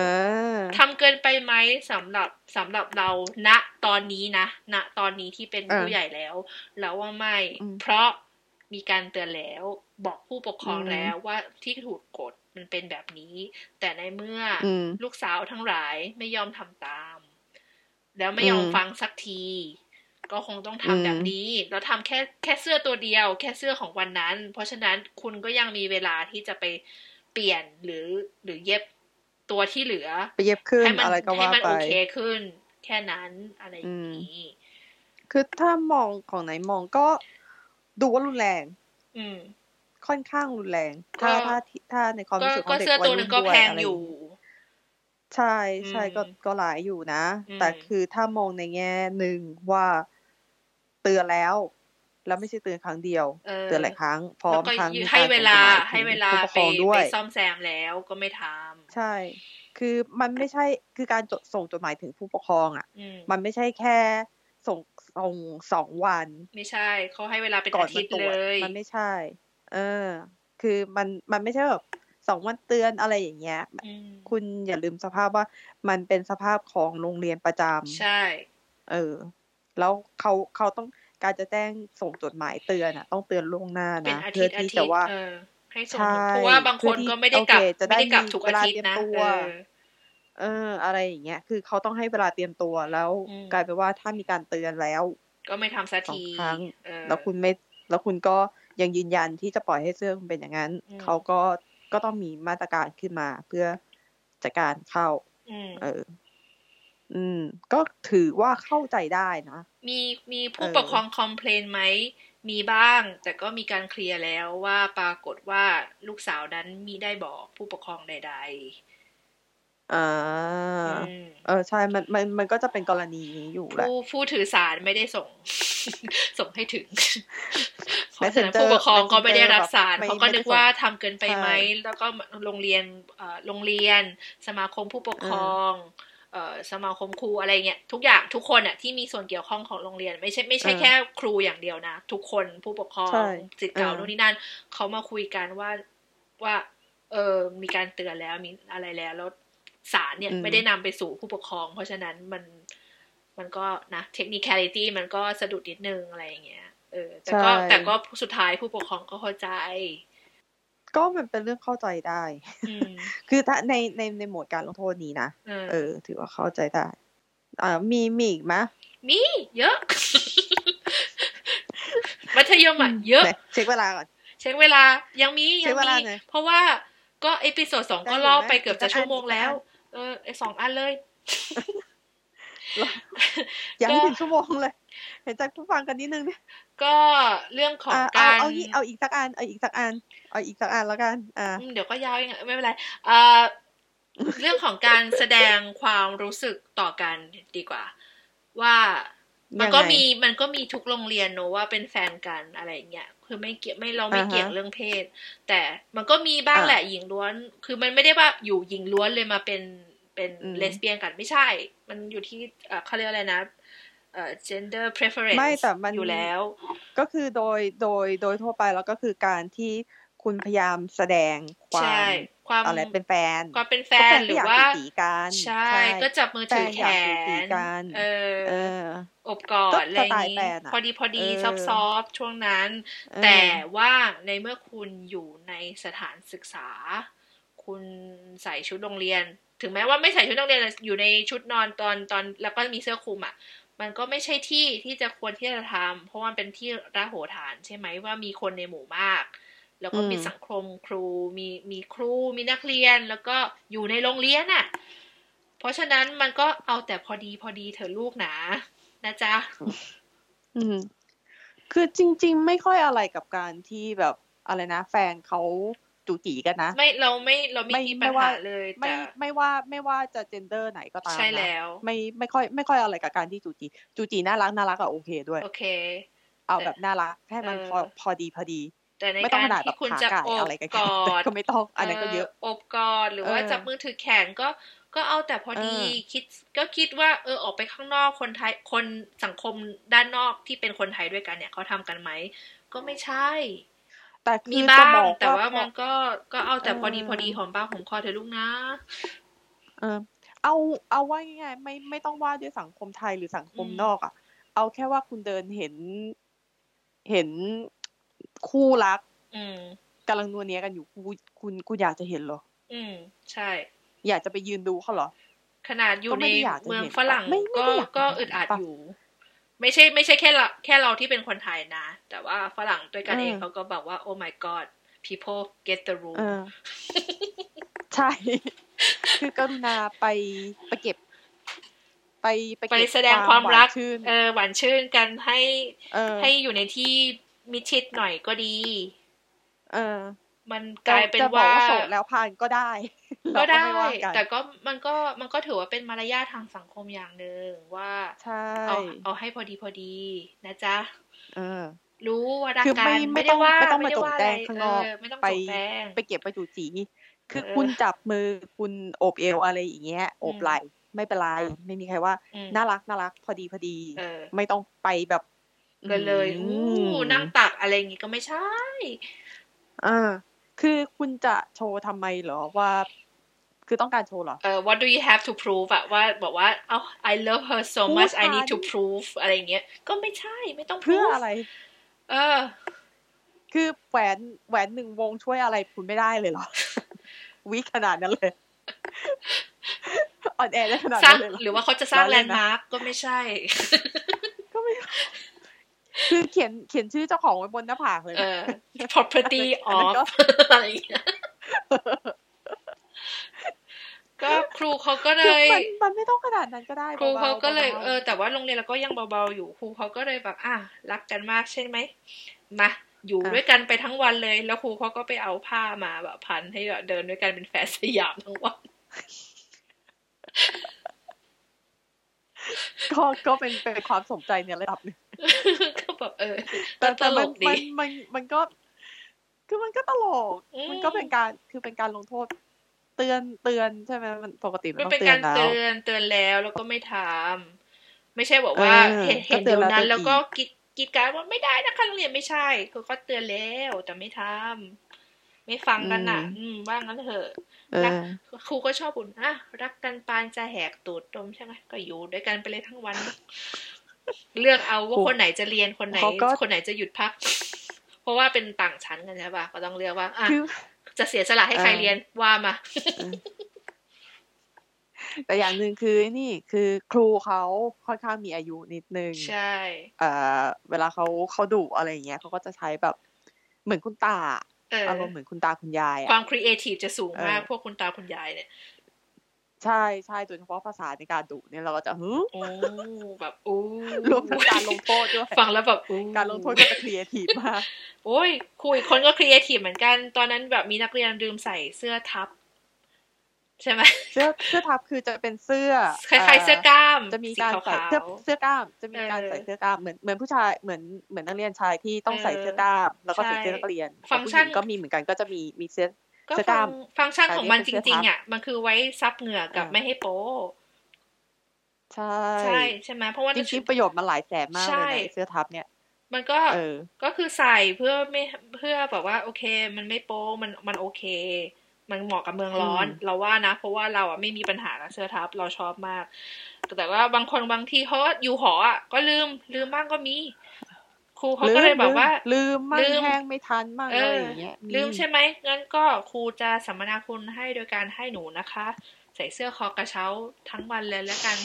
B: อ
A: ทำเกินไปไหมสำหรับสำหรับเราณตอนนี้นะณตอนนี้ที่เป็น
B: อ่า
A: ผู้ใหญ่แล้ว เราว่าไม่
B: อืม
A: เพราะมีการเตือนแล้ว บอกผู้ปกครอง
B: อืม
A: แล้วว่าที่ถูกกฎมันเป็นแบบนี้ แต่ในเมื่ออ
B: อืม
A: ลูกสาวทั้งหลายไม่ยอมทำตาม แล้วไม่ยอม
B: อืม
A: ฟังสักที ก็คงต้องทำ
B: อืม
A: แบบนี้ แล้วทำแค่แค่เสื้อตัวเดียว แค่เสื้อของวันนั้น เพราะฉะนั้นคุณก็ยังมีเวลาที่จะไปเปลี่ยนหรือหรือเย็บตัวที่เหลือ
B: ไปเย็บขึ้น
A: ให้มั
B: อะไรก็
A: ให้
B: ว่า
A: มัน
B: ไป
A: โอเคขึ้น แค่นั้นอะไรอย่างนี้
B: คือถ้ามองของไหนมองก็ดูว่ารุนแรง
A: อืม
B: ค่อนข้างรุนแรง ถ้า
A: ก็
B: ถ้าที่ถ้าในความ
A: ก็
B: รู้สึกข
A: ก็
B: องเด็ก
A: เสื้อ
B: วัย
A: ตัวห
B: รุ่
A: นึ่
B: น
A: งก็
B: ด้ว
A: แพ
B: ย
A: ง
B: อะไร
A: อ
B: อย่าง
A: ยู่
B: เงี้ยใช่ใช่
A: อืม
B: ก็ก็หลายอยู่นะ
A: อืม
B: แต่คือถ้ามองในแง่หนึ่งว่าเตือนแล้ว แล้วไม่ใช่เตือนครั้งเดียว
A: เออ
B: เตือนหลายครั้ง พร้อ
A: แล้
B: ม
A: วก็
B: ทั้งมี
A: ให้
B: กร
A: เวลา
B: ส่งจดหมย
A: ให้เวลา
B: ถึงผู้ป
A: ไป
B: กครองด้ว
A: ไป
B: ย
A: ซ่อมแซมแล้วก็ไม่ท
B: ใช่ คือมันไม่ใช่คือการจดส่งจดหมายถึงผู้ปกครองอ่ะ
A: ำอืม
B: มันไม่ใช่แค่ส่งส่งสองวัน
A: ไม่ใช่เขาให้เวลาเป็น
B: ก่อน
A: อา
B: มั
A: ทิ
B: น
A: ตย์
B: ตร
A: เล
B: วจ
A: ย
B: มันไม่ใช่ เออ คือมันมันไม่ใช่แบบสองวันเตือนอะไรอย่างเงี้ย
A: อืม
B: คุณอย่าลืมสภาพว่ามันเป็นสภาพของโรงเรียนประจ
A: ใช่
B: ำเออ แล้วเขาเขาต้องการจะแจ้งส่งจดหมายเตือนอ่ะ ต้องเตือนล่วงหน้า
A: เป็น
B: นะ
A: อา
B: เพื่
A: ทิ
B: อ
A: ตย์อา
B: ที่
A: ทิ
B: จะ
A: ตย์
B: ว่า
A: เออ ให้ส่ง
B: ใช่
A: ผลเพราะว่าบางคนก็ไม่ได้กลับ
B: เพื่อที่โอเคจะได้
A: ไม่ได้กลับทุกอาทิตย์
B: มีเวลาเตรียม
A: นะ
B: ตัว
A: เออ
B: เออ อะไรอย่างเงี้ย คือเขาต้องให้เวลาเตรียมตัวแล้ว
A: อืม
B: กลายเป็นว่าถ้ามีการเตือนแล้ว
A: ก็ไม่ทำสัก
B: สอง
A: ที
B: ครั้ง
A: เออ
B: แล้วคุณไม่แล้วคุณก็ยังยืนยันที่จะปล่อยให้เสื้อคุณเป็นอย่างนั้น
A: อืม
B: เขาก็ก็ต้องมีมาตรการขึ้นมาเพื่อจัดการเข้า
A: อืม
B: เออ อืม ก็ถือว่าเข้าใจได้นะ
A: มีมีผู้
B: เออ
A: ปกครองคอมเพลนไหมมีบ้าง แต่ก็มีการเคลียร์แล้วว่าปรากฏว่าลูกสาวนั้นมีได้บอกผู้ปกครองใด
B: อ่า
A: ๆ อืม
B: เออใช่มันมันมันก็จะเป็นกรณีนี้อยู่แหละ
A: ผู้ผู้ถือสารไม่ได้ส่ง ส่งให้ถึงเพราะฉะนั้น
B: Messenger
A: ผู้ปกครองก็
B: Messenger
A: ไม่ได้รับสาร
B: แบบไม่
A: เขาก็นึก
B: ไม่ได้ส่ง
A: ว่าทำเกินไปไหม
B: ใช่
A: แล้วก็โรงเรียนเอ่อโรงเรียน สมาคมผู้ปกครอง เอ่อสมาคมครูอะไรเงี้ยทุกอย่างทุกคนอ่ะที่มีส่วนเกี่ยวข้องของโรงเรียน ไม่ใช่ไม่ใช่
B: เออ
A: แค่ครูอย่างเดียวนะ ทุกคนผู้ปกครอง
B: ใช่
A: สิทธิ์เก่า
B: เออ
A: โน่นนี่นั่นเขามาคุยกันว่าว่า เออมีการเตือนแล้วมีอะไรแล้วแล้วศาลเนี่ย
B: อืม
A: ไม่ได้นำไปสู่ผู้ปกครอง เพราะฉะนั้นมันมันก็นะเทคนิค a l i t y มันก็สะดุดนิดนึงอะไรอย่างเงี้ยเออ แต่ก็
B: ใช่
A: แต่ก็สุดท้ายผู้ปกครองก็เข้าใจ
B: ก็มันเป็นเรื่องเข้าใจได้
A: อืม
B: คือถ้าในในในหมวดการลงโทษนี้นะ
A: เออ
B: เออ ถือว่าเข้าใจได้ อ่า มีมีอีกไหม
A: มีเยอะ มัธยมอ่ะเยอะ
B: ไหนเช็คเวลาก่อน
A: เช็คเวลายังมี
B: เช็
A: ยัง
B: คเว
A: มี
B: ลาหน่อย
A: เพราะว่าก็เอพิโซดสอง
B: ได้
A: ก็
B: อยู่
A: ล่อ
B: ไหม
A: ไปเกือบจะ
B: อีกสักอัน
A: ชั่วโมงแล้ว
B: อีกสัก
A: เออไอสองอันเลย
B: อย่าให้ถึงชั่วโมงเลย เห็นใจผู้ฟังกันนิดนึงเนี่ย
A: ก็เรื่องของ
B: อ่ะ
A: การ
B: เอาเอาอีกเอาอีกสักอันเอาอีกสักอันเอาอีกสักอันแล้วกัน อ่า
A: อืมเดี๋ยวก็ยาวเองอะไม่เป็นไรเอ่อ เรื่องของการแสดงความรู้สึกต่อกันดีกว่า ว่ามันก็มีมันก็มีทุกโรงเรียนเนอะว่าเป็นแฟนกันอะไรอย่างเงี้ยคือไม่เกี่ยวไม่เราไม่
B: อ่าฮะ
A: เกี่ยงเรื่องเพศ แต่มันก็มีบ้าง
B: อ่า
A: แหละหญิงล้วน คือมันไม่ได้ว่าอยู่หญิงล้วนเลยมาเป็นเป็น
B: อืม
A: เลสเบี้ยนกันไม่ใช่ มันอยู่ที่เอ่อเขาเรียกอะไรนะเอ่อ gender
B: ไม่
A: preference
B: แต่มัน
A: อยู่แล้ว
B: ก็คือโดยโดยโดยทั่วไปแล้วก็คือการที่คุณพยายามแสดงควา
A: ใช่
B: ม
A: ความ
B: อะไรเป็นแฟน
A: ความเป็นแฟ
B: ก็
A: น
B: ก็
A: หรือย
B: ก
A: ว่า
B: สีกัน
A: ใช่ ก็จับมือถือแข
B: ฟนยากสี
A: น
B: กัน
A: เออ
B: เออ
A: อบกอ
B: ก็
A: ดอะไรอย่า
B: สไต
A: ง
B: ล์
A: นี้
B: แฟนอะ
A: พอดีพอดี
B: เออ
A: ซอฟซอฟช่วงนั้น
B: เออ
A: แต่ว่าในเมื่อคุณอยู่ในสถานศึกษา คุณใส่ชุดโรงเรียน ถึงแม้ว่าไม่ใส่ชุดโรงเรียนแต่อยู่ในชุดนอนตอนตอน แล้วก็มีเสื้อคลุมอ่ะ มันก็ไม่ใช่ที่ที่จะควรที่จะทำเพราะว่ามันเป็นที่ระโหฐานใช่ไหมว่ามีคนในหมู่มาก แล้วก็มี
B: อืม
A: สังคมครูมีมีครูมีนักเรียนแล้วก็อยู่ในโรงเรียนน่ะ เพราะฉะนั้นมันก็เอาแต่พอดีพอดีเถอะลูกหนา นะจ๊ะ
B: อืม คือจริง ๆ ไม่ค่อยอะไรกับการที่แบบอะไรนะ แฟนเขา จูจีกันนะ
A: ไม่เราไม่เราไม่
B: ไม่
A: มี
B: ไม่
A: ปัญ
B: ว่า
A: หาเลย
B: ไม่
A: แต่
B: ไม่ว่าไม่ว่าจะเจนเดอร์ไหนก็ตาม
A: ใช่
B: นะ
A: แล้ว
B: ไม่ไม่ค่อยไม่ค่อยอะไรกับการที่จูจีจูจีน่ารักน่ารักอะโอเคด้วย
A: โอเค
B: เอาแบบน่ารักให้มันพอ
A: เออ
B: พอดีพอดี
A: แต่ใน
B: ไม่ต้อก
A: าง ร
B: ขนาดแบ
A: ที่
B: บ
A: คุณ
B: ขา
A: จะ
B: ไก่
A: โอ
B: อะ
A: บ
B: ไรกัน
A: กอด
B: ก็ไม่ต้อง อันนั้นก็เยอะ
A: อบกอดหรือ
B: เออ
A: ว่าจับมือถือแขนก็ก็เอาแต่พอดี
B: เออ
A: คิดก็คิดว่า เออออกไปข้างนอกคนไทยคนสังคมด้านนอกที่เป็นคนไทยด้วยกันเนี่ยเขาทำกันไหมก็ไม่ใช่
B: แต่คื
A: มี
B: อจะ
A: บ้าง
B: บอก
A: แต่ว่า
B: พอ
A: มันก็ก็เอาแต่พอดี
B: เออ
A: พอดีหอมปากหอมคอเธอะลูกนะ
B: เออเอาเอาว่าง่ายๆไม่ไม่ต้องว่าด้วยสังคมไทยหรือสังคมนอกอ่ะ เอาแค่ว่าคุณเดินเห็น เห็นคู่รัก
A: อืม
B: กำลังนัวเนียกันอยู่คุณคุณคุณอยากจะเห็นเหรอ
A: อืมใช่
B: อยากจะไปยืนดูเขาเหรอ
A: ขนาดอยู่
B: ก็
A: ใน
B: ไม่ได้อยากจะ
A: เมือง
B: เห็น
A: ฝรั่ง
B: ไม่ไม่
A: ก็
B: ได้อยาก
A: ก็
B: เห็น
A: อึดอัด
B: ปะ
A: อยู่ ไม่ใช่ไม่ใช่แค่เราแค่เราที่เป็นคนไทยนะ แต่ว่าฝรั่งด้วยกัน
B: เออ
A: เองเขาก็บอกว่า oh my god people get the rule
B: เออ ใช่ คือกรุณาไปไปเก็บ ไปไป
A: ไป
B: เก็บ
A: แสดงความรัก
B: หวานชื่น
A: เออหวานชื่นกันให้
B: เออ
A: ให้อยู่ในที่มิดชิดหน่อยก็ดี
B: เออ
A: มันก
B: จะ
A: ลายเป็น
B: จะบอก
A: ว่า
B: ว่าโสดแล้วผ่านก็ได้
A: ก็
B: เรา
A: ได้
B: ม่ว่ากัน
A: แต่ก็มันก็มันก็ถือว่าเป็นมารยาททางสังคมอย่างหนึ่งว่า
B: ใช่
A: เอาเอาให้พอดีพอดีนะจ๊ะ
B: เออ
A: รู้ว่ารัก
B: คือ
A: กั
B: ไม่
A: น
B: ไม่
A: ไม่ได้
B: ต้อง
A: ว่า
B: ไม่ต้องมา
A: ด้
B: จง
A: ว่
B: แจ้
A: ะ
B: ง
A: ไร
B: ข้างนอก
A: เไม่ต้อง
B: ไป
A: จงแจ้ง
B: ไปเก็บไปจูจี คือ
A: เออ
B: คุณจับมือคุณโอบเอวอะไรอย่างเงี้ยโอบ
A: อืม
B: ไหล่ไม่เป็นไรไม่มีใครว่า
A: อืม
B: น่ารักน่ารักพอดีพอดี
A: เออ
B: ไม่ต้องไปแบบ
A: ก็เลยอ
B: อื
A: ู้
B: ม
A: นั่งตักอะไรอย่างงี้ก็ไม่ใช่
B: อ่า คือคุณจะโชว์ทำไมเหรอว่า คือต้องการโชว์เหรอ
A: เออ what do you have to prove อะว่าบอกว่าเอ้า I love her so
B: พูด
A: much I need
B: ไป
A: to prove อะไรอย่างเงี้ยก็ไม่ใช่ไม่ต้อง
B: เพื่อ
A: prove
B: อะไร
A: เออ
B: คือแหวนแหวนหนึ่งวงช่วยอะไรคุณไม่ได้เลยเหรอ วิขนาดนั้นเลย อ่อนแอได้ขนาด
A: สร้า
B: นั้
A: ง
B: นเลยเหรอ
A: หรือว่าเขาจะสร้าง
B: ล้อ
A: แล
B: เล่
A: น
B: น
A: ด์
B: นะ
A: มาร์กก็ไม่ใช่
B: ก็ไม่คือเขียนเขียนชื่อเจ้าของไว้บนหน้าผากเลย
A: เออ
B: นะ
A: property
B: อั
A: of
B: นนั้นก็
A: อะไรอย่างเงี้ย ก็ครูเขาก็เล
B: คือย มันมันไม่ต้องขนาดนั้นก็ได้
A: ครูเขาก็เลย
B: บาๆ
A: เออ แต่ว่าโรงเรียนเราก็ยังเบาๆอยู่ ครูเขาก็เลยแบบ อ่ะรักกันมากใช่ไหมมาอยู่ด้วยกันไปทั้งวันเลย แล้วครูเขาก็ไปเอาผ้ามาแบบพันให้แบบเดินด้วยกันเป็นแฟนสยามทั้งวัน
B: ก็ก็เป็นเป็นความสนใจในระดับหนึ่ง
A: ก็แบบเออ
B: แต่
A: ต
B: แต่
A: ล
B: มัน
A: กดี
B: มันมันมันก็ คือมันก็ตลก
A: อืม
B: มันก็เป็นการคือเป็นการลงโทษ เตือนเตือนใช่ไหมมันปกติมัน
A: มัน
B: ต้อง
A: เป็น
B: เตือ
A: การ
B: นแล้ว
A: เตือนเตือนแล้วแล้วก็ไม่ทำไม่ใช่บอกว่า
B: เออ
A: เห็น
B: ก็
A: เห็น
B: เตื
A: เดี๋
B: อย
A: ว
B: นแล้ว
A: นั้น แล้ว
B: เตือนอีก
A: ก็กีดกีดการว่าไม่ได้นะคะโรงเรียนไม่ใช่คือก็เตือนแล้วแต่ไม่ทำไม่ฟังกันน่ะ อืมว่างั้นเถอะ
B: เอ
A: รัก
B: อ
A: ครูก็ชอบบุญอ่ะรักกันปานจะแหกตูดดมใช่ไหมก็อยู่ด้วยกันไปเลยทั้งวัน เลือกเอาว่า
B: ครู
A: คนไหนจะเรียนคนไหน
B: เขาก็
A: คนไหนจะหยุดพัก เพราะว่าเป็นต่างชั้นกันใช่ปะก็ต้องเลือกว่าอ่ะ
B: คือ
A: จะเสียสละให้ใคร
B: เออ
A: เรียนว่ามา
B: แต่อย่างหนึ่งคือนี่คือครูเขาค่อนข้างมีอายุนิดนึง
A: ใช่
B: เอ่อเวลาเขาเขาดุอะไรอย่างเงี้ยเขาก็จะใช้แบบ เหมือนคุณตา
A: เออ
B: อารมณ์เหมือนคุณตาคุณยาย
A: ควา
B: อ่ะ
A: มครีเอทีฟจะสูงมาก
B: เออ
A: พวกคุณตาคุณยายเนี่ย
B: ใช่ใช่โดยเฉพาะภาษาในการดุเนี่ยเราก็ จะฮึ
A: โอ้แบบโอ้
B: รวมทั้งการลงโทษด้วย
A: ฟังแล้วแบบโอ้
B: การลงโทษก็จะครีเอทีฟมาก
A: โอ้ยครูอีกคนก็ครีเอทีฟเหมือนกัน ตอนนั้นแบบมีนักเรียนลืมใส่เสื้อทับ ใช่ไหม
B: เสื้อเสื้อทับคือจะเป็นเสื้อ
A: คล้ายๆเสื้อกล้าม
B: จะมีการ
A: สี
B: ใส่
A: ขา
B: เสื้อ
A: ว
B: เสื้อกล้ามจะมีการ
A: เออ
B: ใส่เสื้อกล้ามเหมือนเหมือนผู้ชายเหมือนเหมือนนักเรียนชายที่ต้องใส่
A: เออ
B: เสื้อกล้าม แล้วก็
A: ใช่
B: ใส่เสื้อนักเรียน
A: ฟังก์ชัน
B: แต่ผู้หญิก็มีเหมือนกันก็จะมีมีเสื้อ
A: ๆก็
B: เสื้อก
A: ฟั
B: ล้าง ม
A: ฟังก์ชันของมันจ
B: กลายเป็นเสื้
A: ริ
B: องทับ
A: ๆอ่ะมันคือไว้ซับเหงื่อกับ
B: เออ
A: ไม่ให้โป๊
B: ใช่
A: ใช่ใช่ไหมเพราะว่า
B: จริงๆประโยชน์มันหลายแสนมากเลย
A: ใช่
B: นะไอ้เสื้อทับเนี่ย
A: มันก็
B: เออ
A: ก็คือใส่เพื่อไม่เพื่อแบบว่า โอเค มันไม่โป๊มันมันโอเค มันเหมาะกับเมืองร้อน
B: อืม
A: เราว่านะ เพราะว่าเราอ่ะไม่มีปัญหากับเสื้อทับเราชอบมาก แต่ว่าบางคนบางทีเขาก็อยู่หออ่ะก็ลืมลืมบ้างก็มี ครูเขาก็เลยบอกว่า
B: ลืมมั่
A: ลื
B: ง
A: ม
B: แห้งไม่ทันมั่ง
A: เอ
B: อะไร
A: อ
B: อย่างเงี้ย
A: ลืมใช่ไหมงั้นก็ครูจะสัมมนาคุณให้โดยการให้หนูนะคะ ใส่เสื้อคอกระเช้าทั้งวันเลยแล้วกัน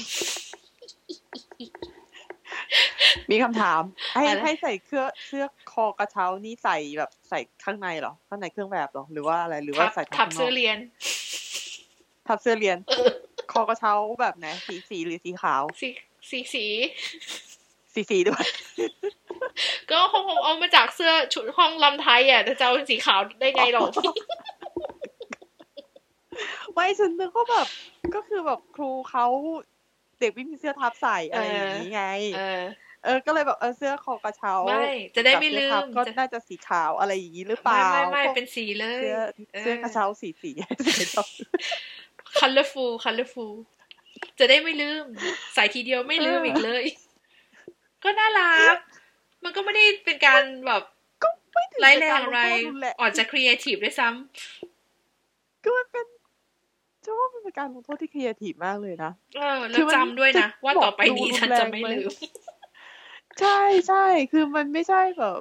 B: มีคำถาม ให้
A: อะไร
B: ให้ใส่เครื่องเสื้อคอกระเช้านี่ใส่แบบใส่ข้างในเหรอข้างในเครื่องแบบเหรอหรือว่าอะไรหรือว่า
A: ทับ
B: ใส่ข้างน
A: ทั
B: อบ ก
A: เสื้อเรียน
B: ทับเสื้อเรียน
A: เออ
B: คอกระเช้าแบบไหนสีสีหรือสีขาว
A: สีสีสี
B: สีสีด้วย
A: ก็คงเอามาจากเสื้อชุดห้องลำไทยอ่ะแต่จะเอาสีขาวได้ไงหรอก
B: ไม่ฉันนึกว่าแบบ ก็คือแบบครูเขาเด็กวิ่งมีเสื้อทับใส่อะไรอย่างนี้ไง
A: เออ
B: เออ ก็เลยแบบเออเสื้อคอกระเช้า
A: ไม่ จะได้ไม่ลื
B: กับ
A: ม
B: เสื้อทับก็
A: จะ
B: น่าจะสีขาวอะไรอย่างนี้หรือเป
A: ไม่
B: ล่า
A: ไม่ไม่
B: พวก
A: เป็นสีเลย
B: เสื้อ
A: เออ
B: เสื้อกระเช้าสีสีสีเทา
A: colorful colorful จะได้ไม่ลืม ใส่ทีเดียวไม่ลืม
B: เอออี
A: อีกเลย ก็น่ารัก มันก็ไม่ได้เป็นการแบบ
B: ก็ไม่ถึง
A: ไร้าย
B: กับ
A: แรง
B: กา
A: อะ
B: รลง
A: ไร
B: โทษรุนแรง
A: ออกจะครีเอทีฟด้วยซ้
B: ก็มันเป็นชอบมันเป็นการลงโทษที่ครีเอทีฟมากเลยนะ
A: ำเออ แล้
B: คื
A: ว
B: อมัน
A: จำด้วยนะ
B: จะ
A: ว่าต่อไป
B: บอกดู
A: นี้
B: รุน
A: ฉัน
B: แรง
A: จะไม่
B: ไหม
A: ลืม
B: ใช่ใช่คือมันไม่ใช่แบบ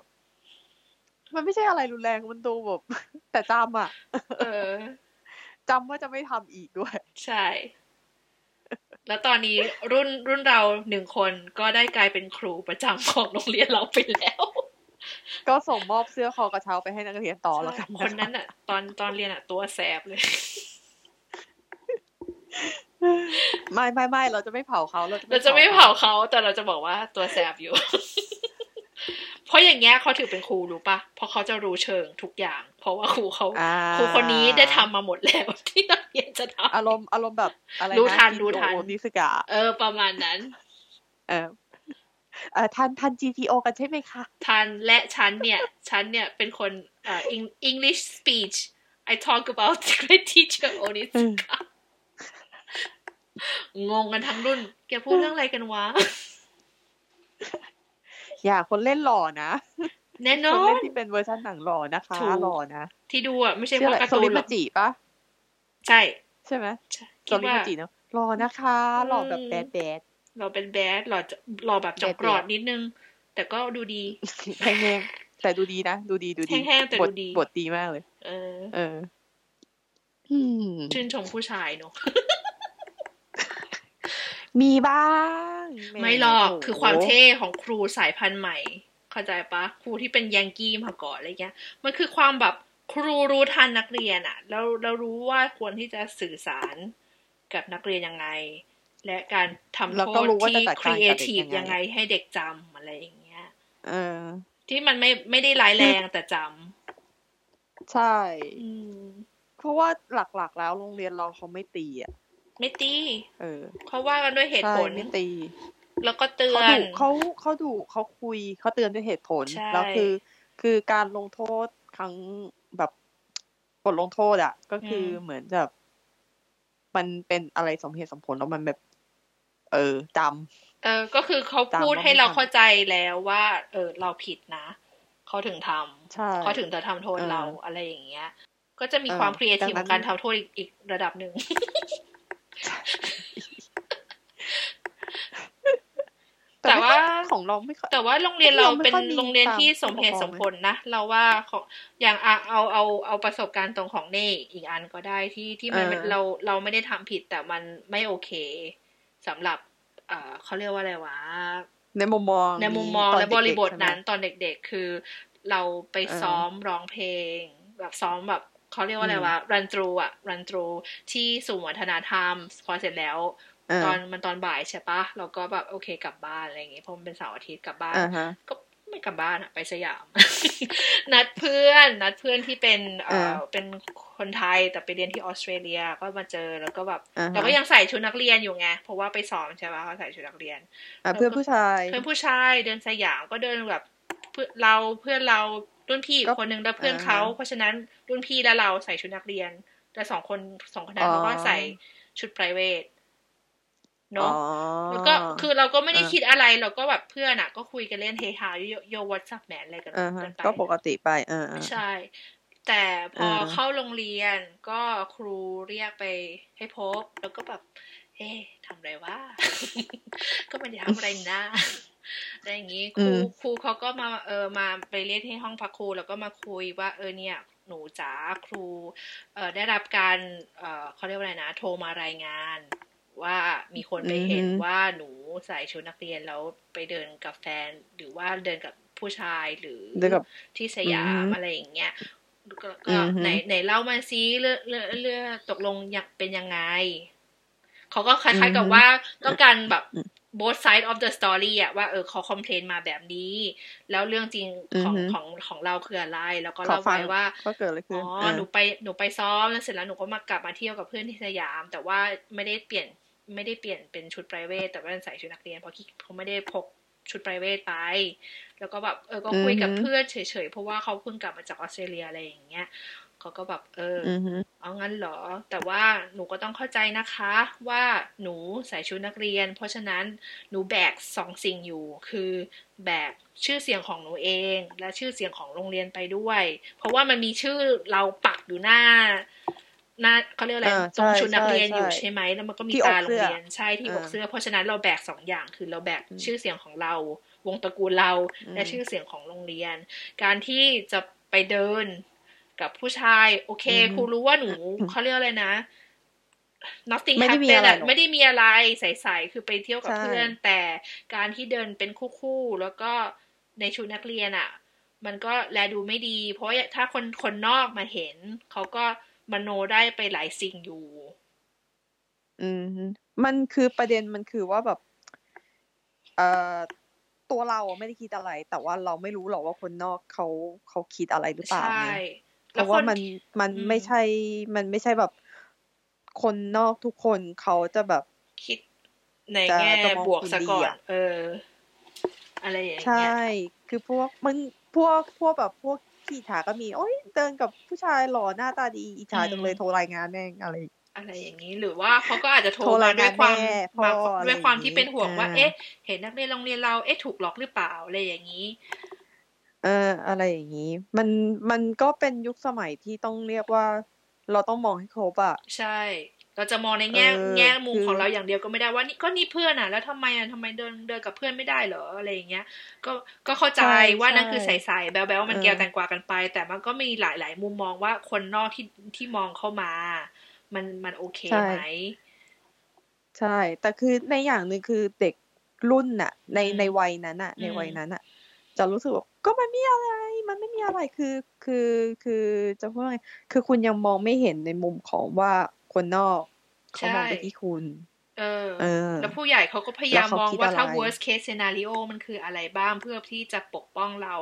B: มันไม่ใช่อะไรรุนแรงมันดูแบบ แต่จำอะ
A: เออ
B: จำว่าจะไม่ทำอีกด้วย
A: ใช่ แล้วตอนนี้รุ่นรุ่นเราหนึ่งคนก็ได้กลายเป็นครูประจำของโรงเรียนเราไปแล้ว
B: ก็ส่งมอบเสื้อคอกระเช้าไปให้นักเรียนต่อแล้วกันะ
A: คนนั้นอ่ะ ตอนตอนเรียนอ่ะ ตัวแสบเลย
B: ไม่ไม่ไม่เราจะไม่เผาเขาเราจะ
A: เราจะไม่เผาเขาแต่เราจะบอกว่าตัวแส บอยู่ เพราะอย่างเงี้ยเขาถือเป็นครูรู้ปะเพราะเขาจะรู้เชิงทุกอย่าง เพราะว่าครูเขา
B: อ่า
A: ครูคนนี้ได้ทำมาหมดแล้ว ที่นักเรียนจะท
B: อารมณ์อารมณ์แบบอะไระ
A: รู้ทัน
B: ที่
A: รู้ทัน
B: โอนิสกา
A: ำเออ ประมาณนั้น
B: เออเออทันทัน GTO กันใช่ไหมคะ
A: ทันและฉันเนี่ย ฉันเนี่ยเป็นคนเอ่อ Eng- English speech I talk about the great teacher Onitsuka งงกันทั้งรุ่น แกพูดเรื่องอะไรกัน วะ
B: อย่าคนเล่นหล่อนะ
A: แน่น
B: ค
A: อน
B: เล่
A: น
B: นที่เป็นเวอร์ชันหนังหล่อนะคะ
A: ถูก
B: หล่อนะ
A: ที่ดูอ่ะ ไม่ใช่
B: ชื่อ
A: เพ
B: อะไร
A: ราะการ์
B: โซ
A: ตู
B: ลิ
A: นหรอ
B: มา
A: ก
B: จิปะ
A: ใช่
B: ใช่ไหม
A: ใช่
B: โซ
A: คิด
B: ลิ
A: ว่า
B: มาจิเนาะหล่อนะคะหล่อแบบ
A: อืม
B: แบดแบด
A: เราเป็นแบดหล่อจะหล่อแบบจอกกรอดนิดนึง แต่ก็ดูดี
B: แห้งๆแต่ดูดีนะ ดูดีดูดี
A: แห้งๆแต่
B: บ
A: ดู
B: ท
A: ดี
B: บทดีมากเลย
A: เออ
B: เอออืม
A: ชื่นชมผู้ชายเนอะ
B: มีบ้างแ
A: ไม่หรอก
B: โโ
A: คือความเท่ของครูสายพันธุ์ใหม่ เข้าใจปะครูที่เป็นยังกี้มาก่อนอะไรเงี้ย มันคือความแบบครูรู้ทันนักเรียนอะแล้วเรารู้ว่าควรที่จะสื่อสารกับนักเรียนยังไง และการทำ
B: แล้ว
A: โท
B: ก็
A: ษ
B: รู้ว่าจะ
A: ที่
B: จัด
A: ค
B: การ
A: รีเอ
B: กับเด็ก
A: ทีฟ
B: ยั
A: ยัง ง
B: ไง
A: ไงให้เด็กจำอะไรอย่างเงี้ย
B: เออ
A: ที่มันไม่ไม่ได้ร้ายแรงแต่จ
B: ใช่
A: ำอืม
B: เพราะว่าหลักๆ แล้วโรงเรียนเราเขาไม่ตีอ่ะ
A: ไม่ตี
B: เออ
A: เขาว่ากันด้วยเหตุ
B: ใช่
A: ผล
B: ไม่ตี
A: แล้วก็เตือ
B: เขา
A: น
B: ดุเขาเขาดุเขาคุยเขาเตือนด้วยเหตุผล
A: ใช่
B: แล้วคือ คือการลงโทษครั้งแบบบทลงโทษอ่ะ ก็คืออเหมือนแบบมันเป็นอะไรสมเหตุสมผลแล้วมันแบบ เออจ
A: เออ ก็คือเขาพูด
B: จำว่า
A: ให้เรา
B: ไม่ทำ
A: เข้าใจแล้วว่า เออ เราผิดนะ เขาถึงท
B: ำใช่
A: ำเขาถึงจะทำโทษ
B: เออ
A: เราอะไรอย่างเงี้ย ก็จะมี
B: เออ
A: ความครีเอทีฟ
B: ดั
A: ข
B: งนั้
A: อง
B: น
A: การทำโทษอีกอีกระดับห นึ่ง แต่
B: ไม่
A: ว่า
B: ค่อยของเราไม่ค่อย
A: แต่ว่าโรงเรียนเรา
B: เราไม่
A: เป็น
B: ค่อยมี
A: โรงเรียนที่
B: ตาม
A: สมเหตุ
B: ผู้
A: ส
B: ปก
A: ม
B: ครอง
A: ผลนะ เราว่าของอย่างอ่ะเอาเอาเอาประสบการณ์ตรงของเน่อีกอันก็ได้ที่ที่มัน
B: เออ
A: เราเราไม่ได้ทำผิดแต่มันไม่โอเคสำหรับ เอ่อเขาเรียกว่าอะไรวะ
B: ในมุมมอง
A: ในมุมมอง
B: ตน
A: และบริบท
B: เด็กๆใช่ไหม
A: นั้นตอนเด็กๆ คือเราไป
B: เออ
A: ซ้อมร้องเพลง แบบซ้อมแบบเขาเรียกว่าอะไรวะรันทรูอะรันทรูที่ศูนย์วัฒนธรรม พอเสร็จแล้ว
B: เออ
A: ตอนมันตอนบ่ายใช่ปะเราก็แบบโอเคกลับบ้านอะไรอย่างงี้เพราะมันเป็นเสาร์อาทิตย์กลับบ้าน
B: อ่าฮะ
A: ก็ไม่กลับบ้านอะไปสยาม นัดเพื่อนนัดเพื่อนที่เป็นเอ
B: เอ
A: อ
B: อ
A: เป็นคนไทยแต่ไปเรียนที่ออสเตรเลียก็มาเจอแล้วก็แบบ
B: อ่าฮะ
A: เราก็ยังใส่ชุดนักเรียนอยู่ไงเพราะว่าไปซ้อมใช่ปะเขาใส่ชุดนักเรียน
B: อ่ะเพื่อนผู้ชาย
A: เพื่อนผู้ชายเดินสยามก็เดินแบบเพื่อนเราเพื่อนเรารุ่นพี่อี
B: ก็
A: กคนหนึ่งและเพื่อนเขา
B: อ่าฮะ
A: เพราะฉะนั้นรุ่นพี่และเราใส่ชุดนักเรียน แต่สองคนสองคนนั้น
B: อ๋อ
A: เขาก็ใส่ชุด p r i v a t เน
B: อ๋
A: อะ
B: อ
A: แล้วก็คือเราก็ไม่ได้
B: อ่า
A: คิดอะไรเราก็แบบเพื่อนอ่ะ ก็คุยกันเล่นเฮฮาโยวัตสับแมนอะไรกัน
B: อ่าฮะ
A: กันไป
B: ก็ปกติไปอ่าอ่า
A: ใช่ แต่พอ
B: เออ
A: เข้าโรงเรียนก็ครูเรียกไปให้พบ แล้วก็แบบเฮ้ทำอะไรวะ ก็ไม่ได้ทำอะไร นะอะไรอย่างนี้ครูครูเขาก็มาเออมาไปเรียกที่ห้องพักครูแล้วก็มาคุยว่า เออเนี่ย หนูจ๋าครูเออได้รับการเออเขาเรียกว่าอะไรนะ โทรมารายงาน ว่ามีคนไปเห็น
B: อือฮึ
A: ว่าหนูใส่ชุดนักเรียนแล้วไปเดินกับแฟน หรือว่าเดินกับผู้ชายหรือ
B: เดี๋ยวกับ
A: ที่สยา
B: อื
A: ม
B: อฮึ
A: อะไรอย่างเงี้ยก็
B: อื
A: ก็
B: อฮึ
A: ไหนไหนเล่ามาซิเรื่องเรื่องเรื่องตกลงอยากเป็นยังไง เขาก็คล้ายๆกับ
B: อือฮึ
A: ว่าต้องการแบบ both side of the story อะว่าเออเขาคอมเพลนมาแบบนี้ แล้วเรื่องจริงของ
B: อือฮึ
A: ของของเราคืออะไร แล้วก็
B: ขอ
A: เล่า
B: ฟั
A: ไป
B: ง
A: ว่า
B: ว่าเกิดอะไรขึ้
A: อ๋
B: น
A: อ
B: เออ
A: หนูไป หนูไปซ้อม แล้วเสร็จแล้วหนูก็มากลับมาเที่ยวกับเพื่อนที่สยาม แต่ว่าไม่ได้เปลี่ยน ไม่ได้เปลี่ยนเป็นชุด p r i v a t แต่ว่าใส่ชุดนักเรียน เพราะเขาไม่ได้พกชุด p r i v a t ไป แล้วก็แบบเออ ก็คุยกับ
B: อือฮึ
A: เพื่อนเฉยๆ เพราะว่าเขาเพิ่งกลับมาจากออสเตรเลียอะไรอย่างเงี้ยเขาก็แบบเอออ
B: อือหือ
A: เอางั้นเหรอ แต่ว่าหนูก็ต้องเข้าใจนะคะ ว่าหนูใส่ชุดนักเรียน เพราะฉะนั้นหนูแบกสองสิ่งอยู่ คือแบกชื่อเสียงของหนูเอง และชื่อเสียงของโรงเรียนไปด้วย เพราะว่ามันมีชื่อเราปักอยู่หน้าหน้าเขาเรียกอะไร
B: เออ
A: ตรงชุดนัก
B: ใช่
A: เรียนอยู่
B: ใช่
A: ใช่ไหมแล้วมันก็มี
B: ที่
A: ตรา
B: อก
A: โร
B: เสื้
A: ง
B: อ
A: เรียนใช่ที่อก
B: เออ
A: เสื้อ เพราะฉะนั้นเราแบกสองอย่างคือเราแบก
B: อืม
A: ชื่อเสียงของเรา วงตระกูลเรา และชื่อเสียงของโรงเรียน การที่จะไปเดินกับผู้ชาย โอเค
B: อืม
A: ครูรู้ว่าหนู
B: อืม
A: เขาเรียกอะไรนะ nothing
B: ไม่ได้มี
A: happen
B: อะไร
A: อะ
B: หรอก
A: ไม่ได้มีอะไรใสๆคือไปเที่ยวกับ
B: ใช่
A: เพื่อน แต่การที่เดินเป็นคู่ๆแล้วก็ในชุดนักเรียนอะมันก็แลดูไม่ดี เพราะถ้าคนคนนอกมาเห็น เขาก็มโนได้ไปหลายสิ่งอยู่
B: อืมมันคือประเด็นมันคือว่าแบบเอ่อตัวเราอะไม่ได้คิดอะไร แต่ว่าเราไม่รู้หรอกว่าคนนอกเขาเขาคิดอะไรหรือเปล่า
A: ใช่
B: ไงเพ
A: แล้ว
B: ราะ
A: ค
B: ว่าน มันมัน
A: อืม
B: ไม่ใช่ มันไม่ใช่แบบ คนนอกทุกคนเขาจะแบบ
A: คิดใน
B: จะ
A: แง่
B: จะมอง
A: บวก
B: คุณ
A: ซะ
B: ดี
A: ก่อน
B: อะ
A: เออ อะไรอย่าง
B: ใช
A: เงี้ย
B: ่ คือพวกมันพวกพวกแบบพวกขี้ฉาก็มี โอ้ยเดินกับผู้ชายหล่อหน้าตาดีอิจฉา
A: อืม
B: จังเลยโทรรายงานแม่งอะไร
A: อะไรอย่างนี้หรือว่าเขาก็อาจจะโทร
B: โทร
A: มา
B: มา
A: ด้วยความ
B: แม่พ่อ
A: มา
B: อะไรอย่างนี้
A: ด้วยความที่เป็นห่วงว่า
B: อ่า
A: เอ๊ะ เห็นนักเรียนโรงเรียนเราเอ๊ะถูกหลอกหรือเปล่าอะไรอย่างนี้
B: เอออะไรอย่างนี้ มันมันก็เป็นยุคสมัยที่ต้องเรียกว่า เราต้องมองให้ครบอะ
A: ใช่ เราจะมองในแง่
B: เออ
A: แง่มุม
B: คือ
A: ของเราอย่างเดียวก็ไม่ได้ว่านี่ก็นี่เพื่อนอ่ะ แล้วทำไมอ่ะทำไมเดินเดินกับเพื่อนไม่ได้เหรออะไรอย่างเงี้ย ก็ก็เข้าใจว่านั่นคือใสายๆแบลแบลมันแก้วแตงกวากันไป แต่มันก็มีหลายๆ มุมมองว่าคนนอกที่ที่มองเข้ามา มันมันโอเคไหม
B: ใช่ แต่คือในอย่างหนึ่งคือเด็กรุ่นน่ะ ใน
A: อืม
B: ในวัยนั้นน่ะ
A: อืม
B: ในวัยนั้นน่ะ จะรู้สึกว่าก็มันไม่อะไร มันไม่มีอะไรคือคือคือจะพูดว่าไงคือคุณยังมองไม่เห็นในมุมของว่าคนนอกเขามองไปที่คุณ
A: เออ
B: เออ
A: แล้วผู้ใหญ่เขาก็พยายามม
B: แล้วเขา
A: อง
B: คิด
A: ว่าถ้า
B: อะไร
A: worst case scenario มันคืออะไรบ้างเพื่อที่จะปกป้องเรา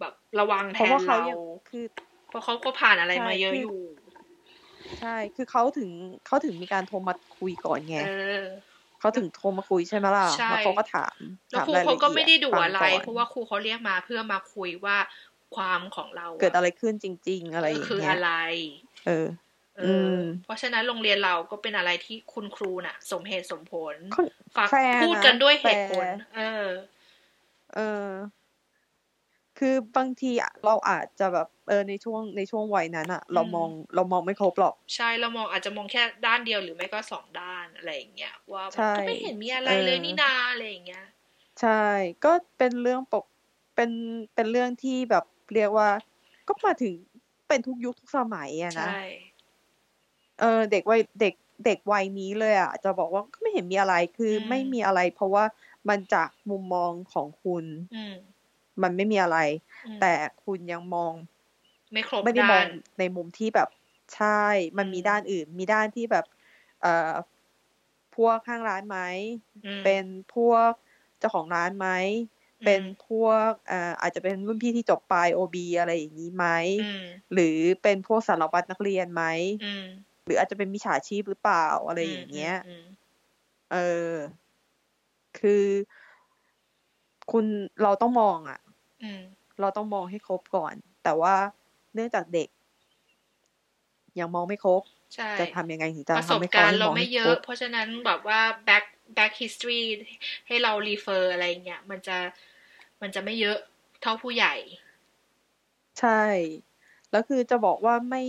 A: แบบระวังแท
B: เพราะ
A: น
B: ว่าเขา
A: เราย
B: งคือ
A: เพราะเขาก็ผ่านอะไร
B: ใช่
A: มาเยอะ
B: คือ
A: อ
B: อ
A: ยู่
B: ใช่ คือเขาถึงเขาถึงมีการโทรมาคุยก่อนไง
A: เออ
B: เขาถึงโทรมาคุยใช่ไหมล่ะ
A: ใช่
B: แล้วเขาก็ถาม
A: แล้ว
B: ถาม
A: ครู
B: รายละ
A: เขาก็
B: เอียด
A: ไม่ได้ดู
B: ฟัง
A: อะไร
B: ก่อน
A: เพราะว่าครูเขาเรียกมาเพื่อมาคุยว่าความของเรา
B: เกิดอะไรขึ้นจริง ๆ อะไรอย่าง
A: คือ
B: เงี้ย
A: อะไร
B: เออ
A: เออ
B: ม
A: อเพราะฉะนั้นโรงเรียนเราก็เป็นอะไรที่คุณครูน่ะ สมเหตุสมผล
B: ค่อน
A: ฝาก
B: แฟร์นะ
A: พูดกันด้วยเหตุผล
B: แฟร์
A: เออ
B: เออ คือบางทีอะเราอาจจะแบบเออในช่วงในช่วงวัยนั้นอะเรามองเรามองไม่ครบหรอก
A: ใช่เรามองอาจจะมองแค่ด้านเดียวหรือไม่ก็สองด้านอะไรอย่างเงี้ยว่า
B: ใช่
A: ก็ไม่เห็นมีอะไร
B: เออ
A: เลยนี่นาอะไรอย่างเงี้ย
B: ใช่ ก็เป็นเรื่องปกเป็นเป็นเรื่องที่แบบเรียกว่า ก็มาถึงเป็นทุกยุคทุกสมัยอะนะ
A: ใช่
B: เออเด็กวัยเด็กเด็กวัยนี้เลยอะจะบอกว่าก็ไม่เห็นมีอะไรคืออ
A: ม
B: ไม่มีอะไร เพราะว่ามันจากมุมมองของคุณ
A: อืม
B: มันไม่มีอะไร
A: อืม
B: แต่คุณยังมอง
A: ไม่ครบ
B: ไม่ได้มอ
A: ด้าง น
B: ในมุมที่แบบใช่ มันมี
A: อืม
B: ด้านอื่น มีด้านที่แบบ เอ่อพวกข้างร้านไหม
A: อืม
B: เป็นพวกเจ้าของร้านไหม เป็น
A: อืม
B: พวกเอ่ออาจจะเป็นรุ่นพี่ที่จบปลาย OB อะไรอย่างนี้ไหม
A: อืม
B: หรือเป็นพวกสารวัตรนักเรียนไหม
A: อืม
B: หรืออาจจะเป็นมิจฉาชีพหรือเปล่าอะไรอย่างเงี้ย
A: อืม
B: เออ คือ คุณเราต้องมองอ่ะ
A: อืม
B: เราต้องมองให้ครบก่อน แต่ว่าเนื่องจากเด็ก ยังมองไม่ครบ
A: ใช่
B: จะทำยังไงถึงจะ
A: ประส
B: ทำ
A: บ
B: ให้
A: การ
B: ให้
A: ณ์เรา
B: อง
A: ไม่
B: ให้
A: เย
B: คร
A: อะ
B: บ
A: เพราะฉะนั้นแบบว่า back back history ให้เรา refer อะไรอย่างเงี้ยมันจะมันจะไม่เยอะเท่าผู้ใหญ่
B: ใช่ แล้วคือจะบอกว่าไม่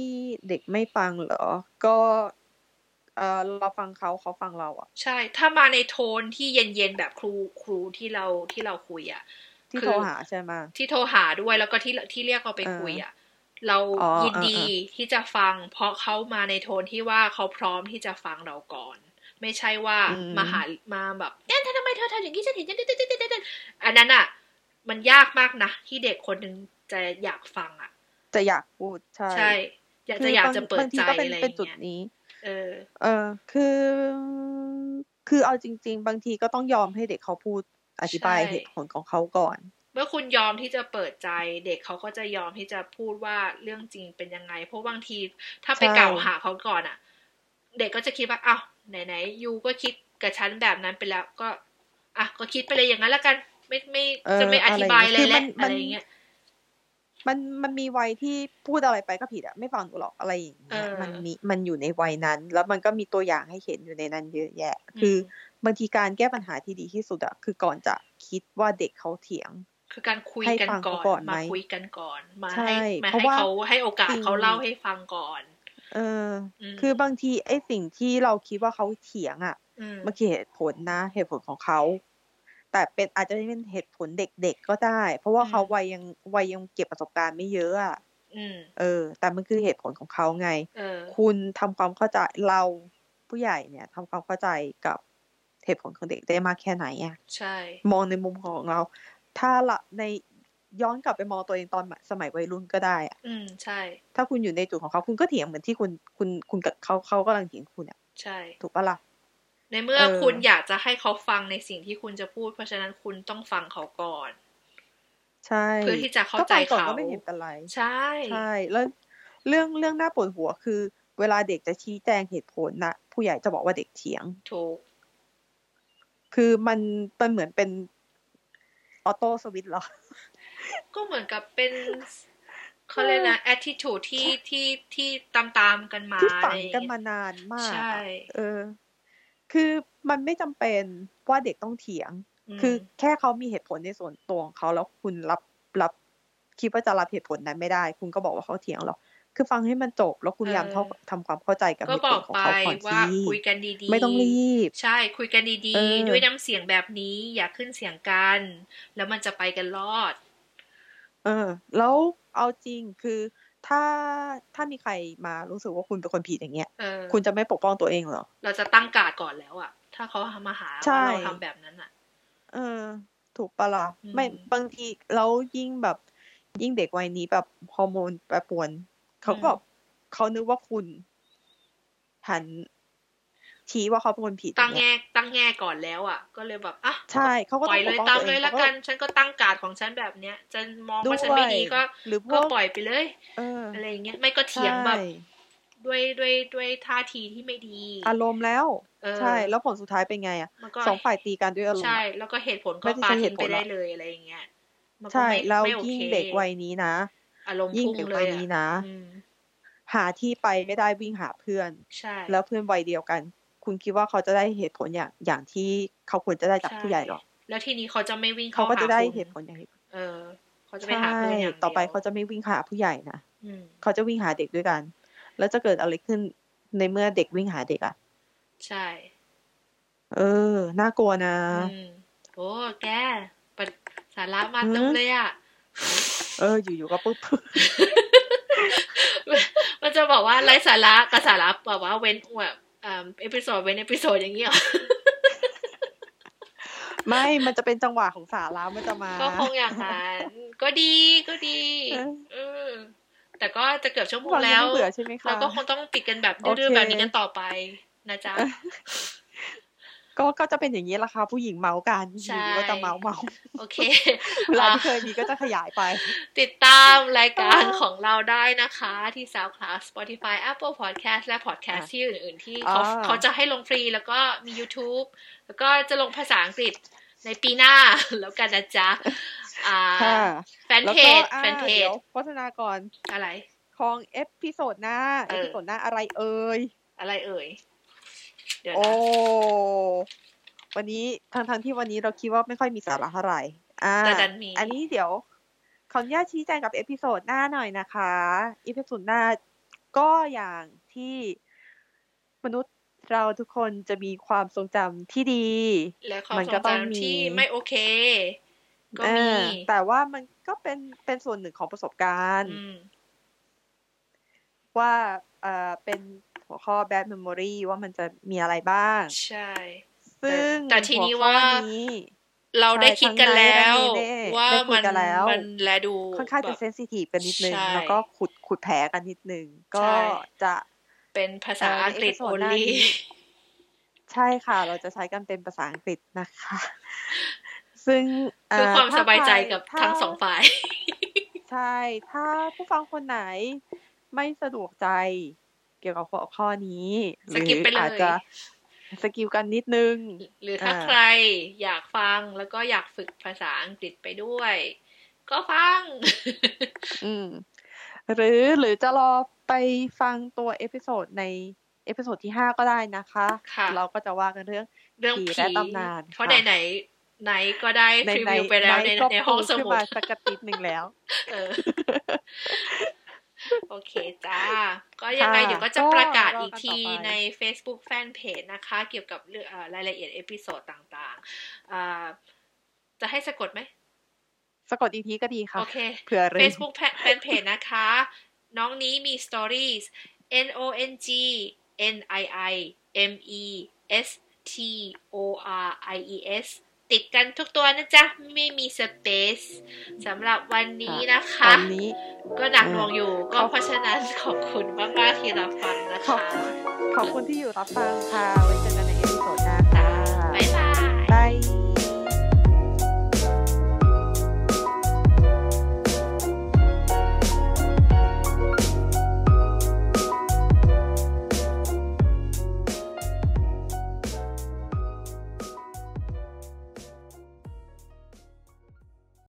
B: เด็กไม่ฟังเหรอ ก็เออเราฟังเขาเขาฟังเราอะ
A: ใช่ ถ้ามาในโทนที่เย็นๆแบบครูครูที่เราที่เราคุยอ่ะ
B: ที่
A: คือ
B: โทรหาใช่ไหม
A: ที่โทรหาด้วยแล้วก็ที่ที่เรียกเราไปคุยอ่ะ เรา
B: อ๋อ
A: ยินดี
B: อ่า
A: ที่จะฟัง เพราะเขามาในโทนที่ว่าเขาพร้อมที่จะฟังเราก่อน ไม่ใช่ว่า
B: อืม
A: มาหามาแบบเอ๊ะเธอทำไมเธอทำอย่างนี้ฉันเห็นฉันเด็ดเด็ดเด็ดอันนั้นอ่ะ มันยากมากนะที่เด็กคนหนึ่งจะอยากฟังอ่ะ
B: จะอยากพูดใช่
A: ใช่ อยากจะอยากจะเปิด
B: บางที
A: ใจ
B: ก็เป็น
A: อะไรอ
B: เป็น
A: ย่าง
B: จุด
A: เงี้ย
B: นี้
A: เออ
B: เออคือ คือเอาจริง ๆ บางทีก็ต้องยอมให้เด็กเขาพูดอธิบาย
A: ใช่
B: เหตุผลของเขาก่อน
A: เมื่อคุณยอมที่จะเปิดใจ เด็กเขาก็จะยอมที่จะพูดว่าเรื่องจริงเป็นยังไง เพราะบางทีถ้าไป
B: ใช่
A: กล่าวหาเขาก่อนอ่ะ เด็กก็จะคิดว่าอ้าวไหนๆยูก็คิดกับฉันแบบนั้นไปแล้วก็ อ่ะก็คิดไปเลยอย่างนั้นละกัน ไม่ไม่
B: เอ
A: จะไม่อธิบายอะไร
B: คื
A: แล้ว
B: มัน
A: อะไรอย่างเงี้ย
B: มันมันมีวัยที่พูดอะไรไปก็ผิดอะไม่ฟังกูหรอกอะไรอย่างเงี้ย
A: เออ
B: มันมีมันอยู่ในวัยนั้น แล้วมันก็มีตัวอย่างให้เห็นอยู่ในนั้นเยอะแยะ คือ
A: ม
B: บางทีการแก้ปัญหาที่ดีที่สุดอะคือก่อนจะคิดว่าเด็กเขาเถียง
A: คือการคุย
B: ให้
A: กัน
B: ฟัง
A: ก่
B: เขา
A: อน
B: ก่อน
A: มา
B: ไหม
A: คุยกันก่อน มา
B: ใช่
A: ให้มา
B: เพราะ
A: ให้
B: ว่า
A: เขาให้โอกาส
B: จริง
A: เขาเล่าให้ฟังก่อน
B: เอออ
A: ม
B: คือบางทีไอ้สิ่งที่เราคิดว่าเขาเถียงอะ
A: ม
B: มันคือเหตุผลนะ เหตุผลของเขา แต่เป็นอาจจะเป็นเหตุผลเด็กๆก็ได้ เพราะว่าเขาวัยยังวัยยังเก็บประสบการณ์ไม่เยอะอะ
A: อืม
B: เออ แต่มันคือเหตุผลของเขาไง
A: เออ
B: คุณทำความเข้าใจเราผู้ใหญ่เนี่ยทำความเข้าใจกับเหตุผลของเด็กได้มากแค่ไหนอะ
A: ใช่
B: มองในมุมของเรา ถ้าละในย้อนกลับไปมองตัวเองตอนสมัยวัยรุ่นก็ได้อะ
A: อืมใช่
B: ถ้าคุณอยู่ในจุดของเขาคุณก็เถียงเหมือนที่คุณคุณคุณกับเขาเขากำลังเถียงคุณอะ
A: ใช่
B: ถูกปะล่ะ
A: ในเมื่อ
B: เออ
A: คุณอยากจะให้เขาฟังในสิ่งที่คุณจะพูด เพราะฉะนั้นคุณต้องฟังเขาก่อน
B: ใช่
A: เพื่อที่จะเข้า
B: ก็
A: ใจ
B: ฟังก่อน
A: เขา
B: ก็ไม่เห็นเป็นไร
A: ใช่
B: ใช่แล้วเรื่องเรื่องน่าปวดหัวคือ เวลาเด็กจะชี้แจงเหตุผลนะผู้ใหญ่จะบอกว่าเด็กเถียง
A: ถูก
B: คือมันมันเหมือนเป็นออโต้สวิตช์เหรอ
A: ก็เหมือนกับ เป็นเขาเรียกนะ attitude ที่ที่ที่ตามตามๆกันมา
B: ที่
A: อะ
B: ฝั
A: ไรง อย่
B: กัน
A: เย
B: มานานมาก
A: ใช่
B: อะเออ คือมันไม่จำเป็นว่าเด็กต้องเถียง คือแค่เขามีเหตุผลในส่วนตัวของเขาแล้วคุณรับรับคิดว่าจะรับเหตุผลนั้นไม่ได้ คุณก็บอกว่าเขาเถียงหรอกคือฟังให้มันจบแล้วคุณพ
A: เออ
B: ยายามเข้าทำความเข้าใจกับ
A: ก็
B: เห
A: บอ
B: ตุผล
A: ก
B: ของ
A: ไป
B: เขาก่อน
A: ว่า
B: สิ
A: คุยกันดีๆ
B: ไม่ต้องรีบ
A: ใช่ คุยกันดี
B: เออ
A: ๆ ด้วยน้ำเสียงแบบนี้ อย่าขึ้นเสียงกัน แล้วมันจะไปกันรอด
B: เออ แล้วเอาจริงคือถ้าถ้ามีใครมารู้สึกว่าคุณเป็นคนผิดอย่างเงี้ย
A: เออ
B: คุณจะไม่ปกป้องตัวเองเหรอ
A: เราจะตั้งการ์ดก่อนแล้วอะถ้าเขามาหา
B: ใช่
A: ว่าเราทำแบบนั้นอะ
B: เออ ถูกปะล่ะ
A: อืม
B: ไม่บางทีแล้วยิ่งแบบ ยิ่งเด็กวัยนี้แบบฮอร์โมนแปรปรวนเขาก็แบบเขานึกว่าคุณ หันชี้ว่าเขาเป็นคนผิด
A: ตั้ง
B: อย่างเงี้ย
A: แง่ตั้งแง่ก่อนแล้วอ่ะ ก็เลยแบบอ่ะ
B: ใช่เขาก็
A: ปล่
B: ต้
A: อ
B: อย
A: เลย
B: งปกป้อง
A: ตามเล
B: ตัวเอย ง
A: ละ
B: เขา
A: กั
B: ก็
A: น ฉันก็ตั้งการดของฉันแบบเนี้ยจะมอง
B: ด้วย
A: ว่าฉันไม่ดีก็
B: หรือพ
A: ก็
B: วก
A: ปล่อยไปเลย
B: เอออ
A: อะไรอย่างเงี้ยไม่ก็เถียงแบบ
B: ใช่
A: ด้วยด้วยด้วยท่าทีที่ไม่ดี
B: อารมณ์แล้ว
A: เออ
B: ใช่ แล้วผลสุดท้ายเป็นไงอ่ะ
A: มันก็
B: สองฝ่ายตีกันด้วยอารมณ์
A: ใช่
B: อะ
A: แล้วก็เหตุผล
B: ไม่
A: ก็
B: ได้
A: ปา
B: ใช้เห
A: ทิ้
B: ตุ
A: ง
B: ผล
A: ไป
B: หรอก
A: ได้เลยอะไรอย่างเงี้ยมันก็
B: ใช่
A: ไม่
B: แล้ว
A: ไม่โอ
B: ยิ่
A: เค
B: งเด็กวัยนี้นะ
A: อารมณ์
B: ยิ่ง
A: พุ่ง
B: เด็ก
A: เล
B: วั
A: ย
B: ย
A: อ่ะ
B: นี้นะ
A: อืม
B: หาที่ไปไม่ได้วิ่งหาเพื่อน
A: ใช่
B: แล้วเพื่อนวัยเดียวกัน คุณคิดว่าเขาจะได้เหตุผลอย่างอย่างที่เขาควรจะได้จากผู้ใหญ่หรอ
A: แล้วทีนี้เขาจะไม่วิ่ง
B: เขา
A: เข้า
B: ก็
A: หา
B: จะได้
A: คุณ
B: เหตุผลอย่างที่
A: เออ เขาจะไป
B: ใช่
A: หาเพื่อนอย่างเดียว
B: ต่อไปเขาจะไม่วิ่งหาผู้ใหญ่นะ
A: อืม
B: เขาจะวิ่งหาเด็กด้วยกัน แล้วจะเกิดอะไรขึ้นในเมื่อเด็กวิ่งหาเด็กอ่ะ
A: ใช่
B: เออน่ากลัวนะ
A: อืมโอ้แกปะสาระมาเต็ม
B: ฮะ
A: เลยอ่ะ
B: เออ อยู่ๆก็ปุ๊บ
A: มันจะบอกว่าไร้สาระกับสาระแบบว่าเว้นแบบอ่าเอพิโซดเว้นเอพิโซดอย่างเงี้ยหรอ
B: ไม่มันจะเป็นจังหวะของสาระมันจะมา
A: ก็คงอย่างนั้นก็ดีก็ดี
B: เออ
A: เออแต่ก็จะเกือบชั่วโมง
B: ฟัง
A: แล้ว
B: ไม่เบื่อใช่ไหมคะ
A: เราก็คงต้องปิดกันแบบ
B: โอเค
A: ดื้อๆแบบนี้กันต่อไปนะจ๊ะ
B: ก็ก็จะเป็นอย่างนี้แหละค่ะผู้หญิงเมากันอยู่ๆก็จะเมาเมา
A: โอเค
B: เวลาที่เคยมีก็จะขยายไป
A: ติดตามรายการของเราได้นะคะ ที่ SoundCloud Spotify Apple Podcast และ Podcast
B: อ่ะ
A: ที่อื่น ๆ ที่เขา
B: อ่า
A: เขาจะให้ลงฟรีแล้วก็มี YouTube แล้วก็จะลงภาษาอังกฤษในปีหน้า แล้วกันนะจ๊ะ อ่า
B: ค่ะ
A: แฟน
B: แล้ว
A: เพ
B: ก็
A: จ
B: อ่า
A: แฟนเพจ
B: เดี๋ยวโฆษณาก่อน
A: อะไร
B: ของเอพิโซดหน้า
A: เอ
B: เอ
A: อ
B: พิโซดหน้าอะไรเอ่ย
A: อะไรเอ่ย เดี๋ยว
B: โอ้
A: นะ
B: วันนี้ทั้งทงๆที่วันนี้เราคิดว่าไม่ค่อยมีสาระเท่าไหร่อ่า
A: แต่ดันมี
B: อันนี้เดี๋ยวขออนุญาตชี้แจงกับเอพิโซดหน้าหน่อยนะคะเอพิโซดหน้าก็อย่างที่มนุษย์เราทุกคนจะมีความทรงจำที่ดี
A: และความ
B: มัน
A: ทร
B: ก็
A: ง
B: ต้องมี
A: จำที่ไม่โอเค ก็
B: เอ
A: มี
B: อแต่ว่ามันก็เป็นเป็นส่วนหนึ่งของประสบการณ์
A: อืม
B: ว่าเอ่อเป็นหัวข้อ bad memory ว่ามันจะมีอะไรบ้าง
A: ใช่
B: ซึ่ง
A: แต่ทีนี้
B: หัข้อ
A: ว่า
B: นี้
A: เราได้คิดกันแล้ว
B: ใช่
A: ว่า
B: ได้คุ
A: มั
B: ย
A: น
B: กันแล้ว
A: มันแลดู
B: ค่อนข้าง
A: แบ
B: จะ
A: บ
B: เซนซิทีฟกันนิดนึง
A: ใช่
B: แล้วก็ขุดขุดแผลกันนิดนึง ก็
A: ใช่
B: จะ
A: เป็นภาษาอังกฤษ
B: เใน episode
A: only
B: หน้านี้ ใช่ค่ะ เราจะใช้กันเป็นภาษาอังกฤษนะคะ ซึ่ง
A: เพื่อความ
B: ถ้
A: สบายใจ
B: ใคร
A: กับ
B: ถ้า
A: ทั้งสองฝ่าย
B: ใช่ ถ้าผู้ฟังคนไหนไม่สะดวกใจ เกี่ยวกับหัวข้อนี้ห
A: ส
B: รื
A: กิปไปเลย
B: อาจจะสกิปกันนิดนึง
A: หรือถ้า
B: อ่า
A: ใครอยากฟังแล้วก็อยากฝึกภาษาอังกฤษไปด้วย ก็ฟัง
B: อืม หรือหรือจะรอไปฟังตัวเอพิโซดในเอพิโซดที่ห้าก็ได้นะคะ
A: ค่ะ
B: เราก็จะว่ากันเรื่อง
A: เรื่องผี
B: ผีและตำนาน
A: เพราะ
B: ค่ะ
A: ไหนๆไหนก็ได้
B: ใน
A: รี
B: ใน
A: วิวไปแล้วใน
B: ก็
A: ในห้องส
B: ปู
A: มุด
B: ขึ้นมา สักกระติดหนึ่งแล้ว
A: เออ โอเคจ้า ก็ยังไง
B: ค่ะ
A: เดี๋ยวก็จะ
B: ก็
A: ประกาศอีก
B: รอกันต่อไป
A: ทีใน Facebook Fanpage นะคะ เกี่ยวกับเรื่องเอ่อรายละเอียดเอพิโซดต่างๆอ่าจะให้สะกดไหม
B: สะกดอีกทีก็ดีค่ะ
A: โอเค
B: เผื่อเลย
A: Facebook Fan- Fanpage นะคะ น้องนี้มี Stories N O N G N I I M E S T O R I E S ติดกันทุกตัวนะจ๊ะ ไม่มี Space สำหรับวันนี้นะคะ
B: วันนี้
A: ก็หนักหน่วงอยู่ ก็
B: ขอบ
A: เพราะฉะนั้นขอบคุณมาก ๆ ที่รับฟังนะ
B: ขอบ
A: คะ
B: ขอบคุณที่อยู่รับฟังค่ะวันนี้